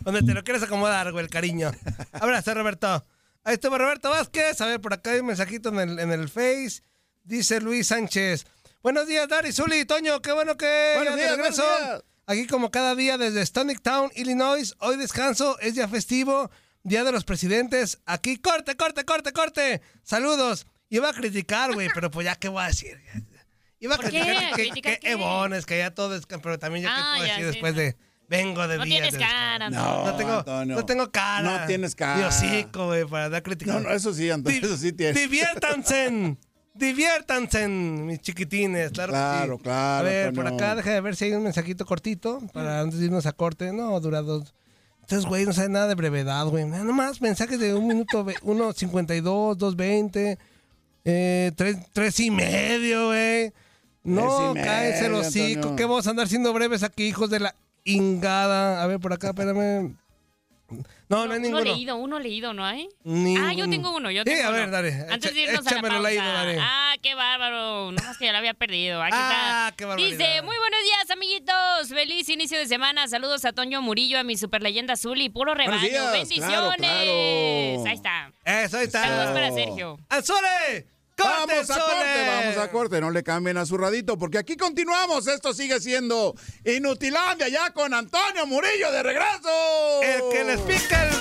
Donde te lo quieres acomodar, güey, el cariño. Abrazo, Roberto. Ahí estuvo Roberto Vázquez. A ver, por acá hay un mensajito en el, en el Face. Dice Luis Sánchez. Buenos días, Dari, Zuli, Toño. Qué bueno que
Buenos
ya
días,
de regreso.
buenos días.
Aquí como cada día desde Stonic Town, Illinois. Hoy descanso, es día festivo, día de los presidentes. Aquí, corte, corte, corte, corte. Saludos. Iba a criticar, güey, pero pues ya, ¿qué voy a decir? Iba a
¿Por qué?
criticar que,
¿Criticar
que
qué?
Ebones, que ya todo es... Pero también yo qué
Ah,
puedo
ya,
decir
sí,
después
no.
de... Vengo de
No
días
tienes
de
cara,
descanso.
no.
no tengo,
No, Antonio.
no tengo cara.
No tienes cara.
Ni hocico,
pues,
güey, para dar críticas.
No, no, eso sí, Antonio,
Di-
eso sí tiene.
Diviértanse. Diviértanse, mis chiquitines, claro, que sí.
Claro, claro,
A ver, por
Toño.
acá, deja de ver si hay un mensajito cortito para antes de irnos a corte. No, dura dos. Entonces, güey, no sabe nada de brevedad, güey. Nada más mensajes de un minuto, ve- 1.52, 2.20, eh, tres, tres y medio, güey. No,
Tres y
cállese el
medio,
hocico.
Antonio.
¿Qué vamos a andar siendo breves aquí, hijos de la ingada? A ver, por acá, espérame. No, no,
Uno
hay ninguno.
leído, uno leído, ¿no hay? Ah, yo
Ninguno.
tengo uno, yo
Sí,
tengo
a ver,
uno.
dale.
Antes
Echa-
de irnos a la
échamelo
pausa.
leído, dale.
Ah, qué bárbaro. No más que ya lo había perdido. Aquí
Ah,
está.
qué barbaridad.
Dice, muy buenos días, amiguitos. Feliz inicio de semana. Saludos a Toño Murillo, a mi superleyenda Zuli. Puro rebaño.
Buenos días,
Bendiciones.
claro, claro.
Ahí está.
Eso, ahí está.
Saludos para Sergio.
¡Azule! ¡Corte,
Vamos a corte, vamos a corte, no le cambien a su radito, porque aquí continuamos. Esto sigue siendo Inutilandia ya con Antonio Murillo de regreso. El que les
pica el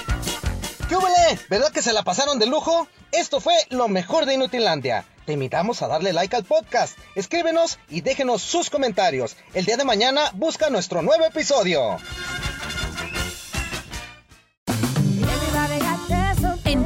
¿Qué huele? ¿Verdad que se la pasaron de lujo? Esto fue lo mejor de Inutilandia. Te invitamos a darle like al podcast, escríbenos y déjenos sus comentarios. El día de mañana busca nuestro nuevo episodio.
En